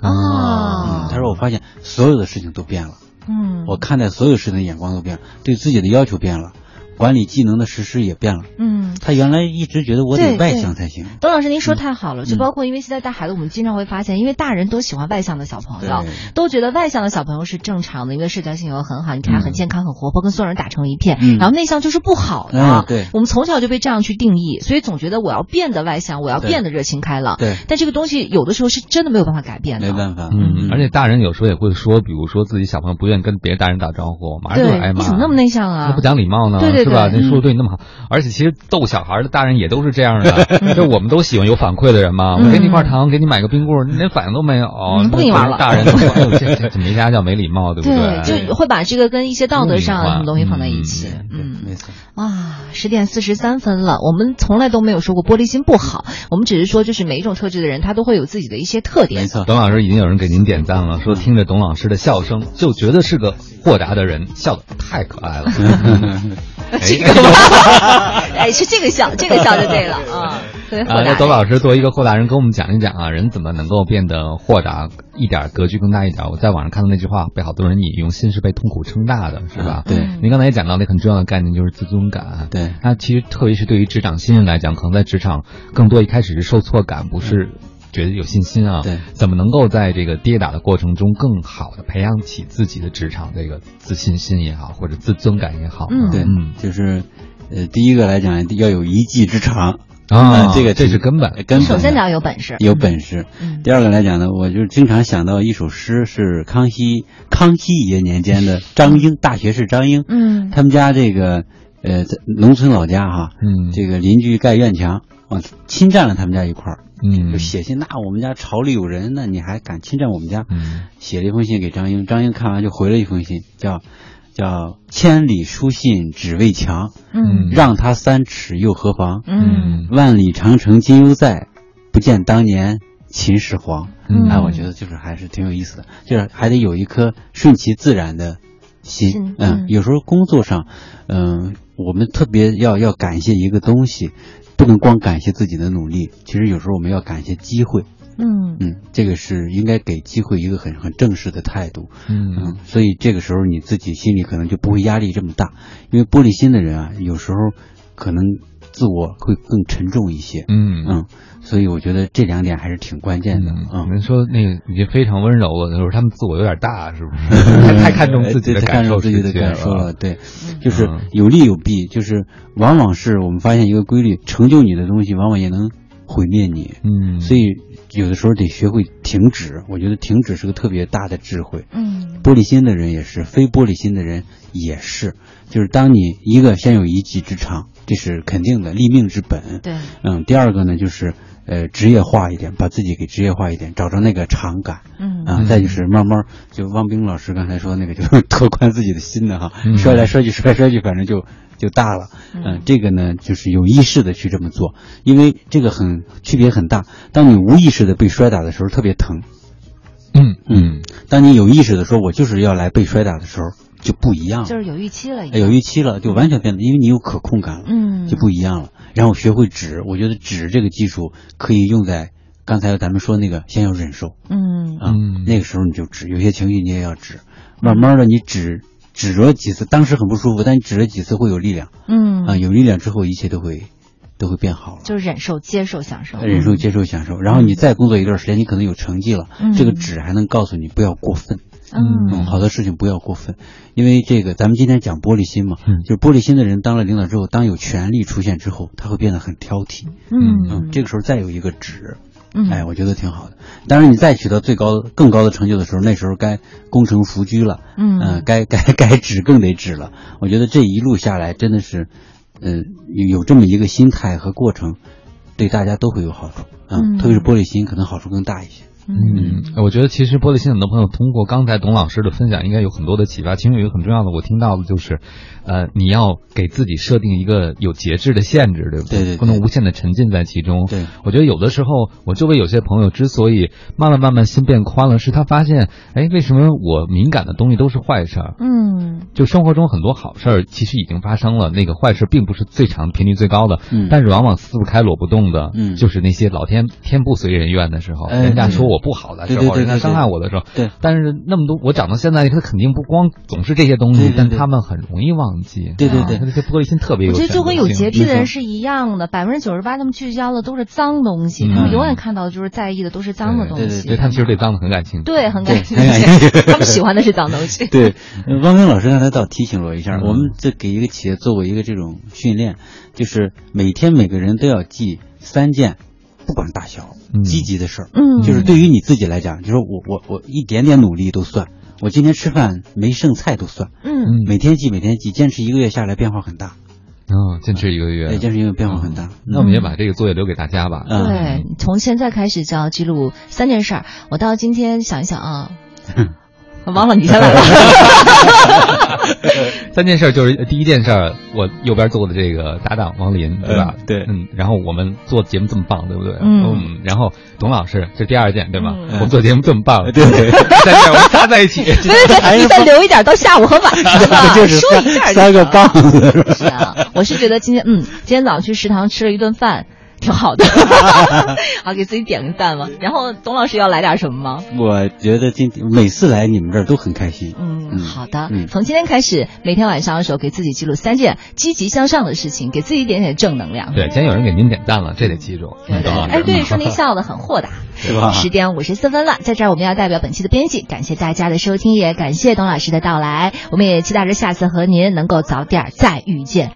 Speaker 1: 啊
Speaker 3: 嗯，他说我发现所有的事情都变了，
Speaker 1: 嗯
Speaker 3: 我看待所有事情的眼光都变了，对自己的要求变了，管理技能的实施也变了。
Speaker 1: 嗯。
Speaker 3: 他原来一直觉得我
Speaker 1: 对
Speaker 3: 得外
Speaker 1: 对
Speaker 3: 向才行，
Speaker 1: 董老师，您说太好了，就
Speaker 3: 嗯
Speaker 1: 包括因为现在带孩子，我们经常会发现，因为大人都喜欢外向的小朋友
Speaker 3: 对，
Speaker 1: 都觉得外向的小朋友是正常的，因为社交性格很好，你看他很健康、很活泼，跟所有人打成一片。
Speaker 3: 嗯
Speaker 1: 然后内向就是不好的、
Speaker 3: 嗯对
Speaker 1: 我们从小就被这样去定义，所以总觉得我要变得外向，我要
Speaker 3: 对
Speaker 1: 变得热情开朗。
Speaker 3: 对
Speaker 1: 但这个东西有的时候是真的没有办法改变的。
Speaker 3: 没办法。
Speaker 2: 嗯，而且大人有时候也会说，比如说自己小朋友不愿意跟别的大人打招呼，马上就
Speaker 1: 对
Speaker 2: 挨，
Speaker 1: 你
Speaker 2: 骂，
Speaker 1: 怎么那么内向啊？
Speaker 2: 那不讲礼貌呢？
Speaker 1: 对对嗯对
Speaker 2: 是吧？那叔叔对你那么好，而且其实逗小孩的大人也都是这 样的，就我们都喜欢有反馈的人嘛。我给你一块糖，给你买个冰棍儿，你连反应都没有
Speaker 1: 嗯，不跟你玩了
Speaker 2: 大人都说，哎呦，这这这没家教，没礼貌，对不
Speaker 1: 对，就会把这个跟一些道德上
Speaker 2: 物
Speaker 1: 的
Speaker 2: 理化
Speaker 1: 什么东西放在一起。嗯，
Speaker 3: 没错，
Speaker 1: 哇，啊十点四十三分了，我们从来都没有说过玻璃心不好，我们只是说就是每一种特质的人，他都会有自己的一些特
Speaker 3: 没
Speaker 1: 点。
Speaker 3: 错，
Speaker 2: 董老师已经有人给您点赞了，说听着董老师的笑声，就觉得是个豁达的人，笑得太可 爱了。哎
Speaker 1: 这个， 哎，是这个笑，这个笑就对了 啊，特别
Speaker 2: 啊，
Speaker 1: 豁
Speaker 2: 那
Speaker 1: 达。
Speaker 2: 董老师作为一个豁达人，跟我们讲一讲啊，人怎么能够变得豁达一点，格局更大一点？我在网上看到那句话被好多人引用，心是被痛苦撑大的，是吧？
Speaker 3: 嗯对
Speaker 2: 您刚才也讲到那个很重要的概念就是自尊感。啊
Speaker 3: 对
Speaker 2: 那其实特别是对于职场新人来讲，可能在职场更多一开始是受挫感，不是觉得有信心啊。
Speaker 3: 嗯对
Speaker 2: 怎么能够在这个跌打的过程中，更好的培养起自己的职场这个自信心也好，或者自尊感也好啊？
Speaker 1: 嗯
Speaker 3: 对
Speaker 2: 嗯，
Speaker 3: 就是呃，第一个来讲要有一技之长
Speaker 2: 啊，
Speaker 3: 这个呃
Speaker 2: 这是根本。嗯
Speaker 3: 根本
Speaker 1: 首先你
Speaker 3: 的
Speaker 1: 要有本事，
Speaker 3: 有本事。
Speaker 1: 嗯
Speaker 3: 第二个来讲呢，我就是经常想到一首诗，是康熙康熙爷年间的张英，大学士张英，
Speaker 1: 嗯
Speaker 3: 他们家这个呃在农村老家哈，
Speaker 2: 嗯
Speaker 3: 这个邻居盖院墙啊，侵占了他们家一块儿，
Speaker 2: 嗯
Speaker 3: 就写信，那我们家朝里有人，那你还敢侵占我们家？
Speaker 2: 嗯
Speaker 3: 写了一封信给张英，张英看完就回了一封信，叫叫千里书信只为墙，
Speaker 1: 嗯
Speaker 3: 让他三尺又何妨？
Speaker 1: 嗯，
Speaker 3: 万里长城今犹在，不见当年秦始皇。
Speaker 1: 嗯
Speaker 3: 哎，我觉得就是还是挺有意思的，就是还得有一颗顺其自然的
Speaker 1: 心
Speaker 3: 心。
Speaker 1: 嗯
Speaker 3: 嗯，有时候工作上，嗯，我们特别要要感谢一个东西，不能光感谢自己的努力，其实有时候我们要感谢机会。
Speaker 1: 嗯
Speaker 3: 嗯，这个是应该给机会一个很很正式的态度。
Speaker 2: 嗯
Speaker 3: 嗯，所以这个时候你自己心里可能就不会压力这么大，因为玻璃心的人啊，有时候可能自我会更沉重一些。
Speaker 2: 嗯
Speaker 3: 嗯，所以我觉得这两点还是挺关键的。
Speaker 2: 嗯，
Speaker 3: 嗯，
Speaker 2: 您说那个已经非常温柔了，就是他们自我有点大，是不是？太太看重自己的
Speaker 3: 呃太
Speaker 2: 感
Speaker 3: 看重
Speaker 2: 受，
Speaker 3: 自己的感受
Speaker 2: 了
Speaker 3: 了。。对，就是
Speaker 2: 嗯
Speaker 3: 有利有弊，就是往往是我们发现一个规律，成就你的东西，往往也能毁灭你。
Speaker 2: 嗯，
Speaker 3: 所以有的时候得学会停止，我觉得停止是个特别大的智慧。
Speaker 1: 嗯
Speaker 3: 玻璃心的人也是，非玻璃心的人也是。就是当你一个先有一技之长，这是肯定的，立命之本。
Speaker 1: 对，
Speaker 3: 嗯，第二个呢就是呃职业化一点，把自己给职业化一点，找着那个长感
Speaker 1: 嗯
Speaker 3: 啊。再就是慢慢就汪冰老师刚才说那个， 就是拓宽自己的心的哈
Speaker 2: 嗯，
Speaker 3: 摔来摔去摔来摔去，反正就就大了。嗯，这个呢就是有意识的去这么做，因为这个很区别很大。当你无意识的被摔打的时候，特别疼。
Speaker 2: 嗯嗯
Speaker 3: 当你有意识的说“我就是要来被摔打”的时候，就不一样
Speaker 1: 就
Speaker 3: 了，
Speaker 1: 是有预期了已经，
Speaker 3: 有预期了，就完全变了，因为你有可控感了，
Speaker 1: 嗯
Speaker 3: 哎就不一样了。然后学会止，我觉得止这个技术可以用在刚才咱们说那个，先要忍受
Speaker 1: 嗯
Speaker 3: 啊，
Speaker 2: 嗯
Speaker 3: 那个时候你就止，有些情绪你也要止，慢慢的你止。止了几次，当时很不舒服，但你止了几次会有力量
Speaker 1: 嗯
Speaker 3: 啊，有力量之后一切都会都会变好了。呃
Speaker 1: 就是忍受、接受、享受，
Speaker 3: 忍受、接受、享受，然后你再工作一段时间，你可能有成绩了，
Speaker 1: 嗯
Speaker 3: 这个止还能告诉你不要过分。
Speaker 1: 嗯
Speaker 3: 嗯，好多事情不要过分，因为这个咱们今天讲玻璃心嘛，
Speaker 2: 嗯
Speaker 3: 就是玻璃心的人当了领导之后，当有权力出现之后，他会变得很挑剔，
Speaker 1: 嗯
Speaker 3: 这个时候再有一个指，
Speaker 1: 嗯
Speaker 3: 哎，我觉得挺好的。当然，你再取得最高更高的成就的时候，那时候该功成弗居了，
Speaker 1: 嗯
Speaker 3: 呃该 该该指更得指了。我觉得这一路下来真的是，呃，有有这么一个心态和过程，对大家都会有好处，啊
Speaker 1: 嗯
Speaker 3: 特别是玻璃心可能好处更大一些，
Speaker 1: 嗯
Speaker 2: 嗯，我觉得其实玻璃心很多朋友通过刚才董老师的分享，应该有很多的启发。其中有一个很重要的，我听到的就是，呃，你要给自己设定一个有节制的限制，对不
Speaker 3: 对对对
Speaker 2: 不能无限的沉浸在其中。
Speaker 3: 对
Speaker 2: 我觉得有的时候，我周围有些朋友之所以慢慢慢慢心变宽了，是他发现，哎，为什么我敏感的东西都是坏事儿？
Speaker 1: 嗯
Speaker 2: 就生活中很多好事儿其实已经发生了，那个坏事并不是最长频率最高的，
Speaker 3: 嗯
Speaker 2: 但是往往撕不开裸不动的，
Speaker 3: 嗯
Speaker 2: 就是那些老天天不遂人愿的时候，
Speaker 3: 哎
Speaker 2: 人家
Speaker 3: 对
Speaker 2: 说我不好的时
Speaker 3: 对
Speaker 2: 候，
Speaker 3: 对
Speaker 2: 人
Speaker 3: 对
Speaker 2: 家
Speaker 3: 对
Speaker 2: 伤
Speaker 3: 对
Speaker 2: 害我的时候，
Speaker 3: 对
Speaker 2: 但是那么多我长到现在，他肯定不光总是这些东西，
Speaker 3: 对对
Speaker 2: 但
Speaker 3: 对
Speaker 2: 他们很容易忘记，
Speaker 3: 对对对
Speaker 2: 啊这玻璃心特别
Speaker 1: 我
Speaker 2: 有
Speaker 1: 觉
Speaker 2: 选择
Speaker 1: 得
Speaker 2: 性，
Speaker 1: 就跟有洁癖的人
Speaker 3: 没错
Speaker 1: 是一样的，百分之九十八他们聚焦的都是脏东西，
Speaker 2: 嗯
Speaker 1: 他们永远看到的就是在意的都是脏的
Speaker 2: 对
Speaker 1: 东
Speaker 3: 对
Speaker 1: 西。
Speaker 2: 对他们其实对脏的很感兴趣，
Speaker 1: 对很感兴
Speaker 3: 对很
Speaker 1: 趣
Speaker 3: 感兴趣，
Speaker 1: 他们喜欢的是脏东 西。
Speaker 3: 对，呃汪冰老师刚才倒提醒了我一下，
Speaker 2: 嗯
Speaker 3: 我们这给一个企业做过一个这种训练，就是每天每个人都要记三件，不管大小
Speaker 2: 嗯，
Speaker 3: 积极的事儿。
Speaker 1: 嗯
Speaker 3: 就是对于你自己来讲，就是我我我一点点努力都算，我今天吃饭没剩菜都算，
Speaker 1: 嗯
Speaker 2: 嗯
Speaker 3: 每天记每天记，坚持一个月下来变化很大。
Speaker 2: 哦，坚持一个月
Speaker 3: 对，，坚持因为变化很大。
Speaker 2: 那我们也把这个作业留给大家吧。
Speaker 3: 嗯
Speaker 1: 对，从现在开始就要记录三件事儿。我到今天想一想啊，忘了你先来吧。
Speaker 2: 三件事儿就是呃第一件事儿，我右边坐的这个搭档王林，对吧？
Speaker 3: 嗯对
Speaker 2: 嗯，然后我们做节目这么棒，对不对？
Speaker 1: 嗯
Speaker 2: 然后董老师，这是第二件，对吧？
Speaker 1: 嗯
Speaker 2: 我们做节目这么棒，
Speaker 3: 对 对
Speaker 2: 三件我们仨在一起，
Speaker 1: 对对对，你再留一点到下午和晚上吧，
Speaker 3: 这 就是
Speaker 1: 说
Speaker 3: 三
Speaker 1: 一下就
Speaker 3: 三个
Speaker 1: 行
Speaker 3: 杠子。
Speaker 1: 是啊，我是觉得今天，嗯，今天早上去食堂吃了一顿饭，挺好 的，好给自己点个赞嘛。然后董老师要来点什么吗？
Speaker 3: 我觉得今天每次来你们这儿都很开心。
Speaker 1: 嗯，
Speaker 3: 嗯
Speaker 1: 好的。
Speaker 3: 嗯
Speaker 1: 从今天开始，每天晚上的时候给自己记录三件积极向上的事情，给自己一点点正能量。
Speaker 2: 对，今天有人给您点赞了，这得记住。
Speaker 1: 对对
Speaker 2: 嗯董老师
Speaker 1: 哎，对，说您笑得很豁达，
Speaker 3: 是 吧
Speaker 1: 十点五十四分了，在这儿我们要代表本期的编辑，感谢大家的收听，也感谢董老师的到来。我们也期待着下次和您能够早点再遇见。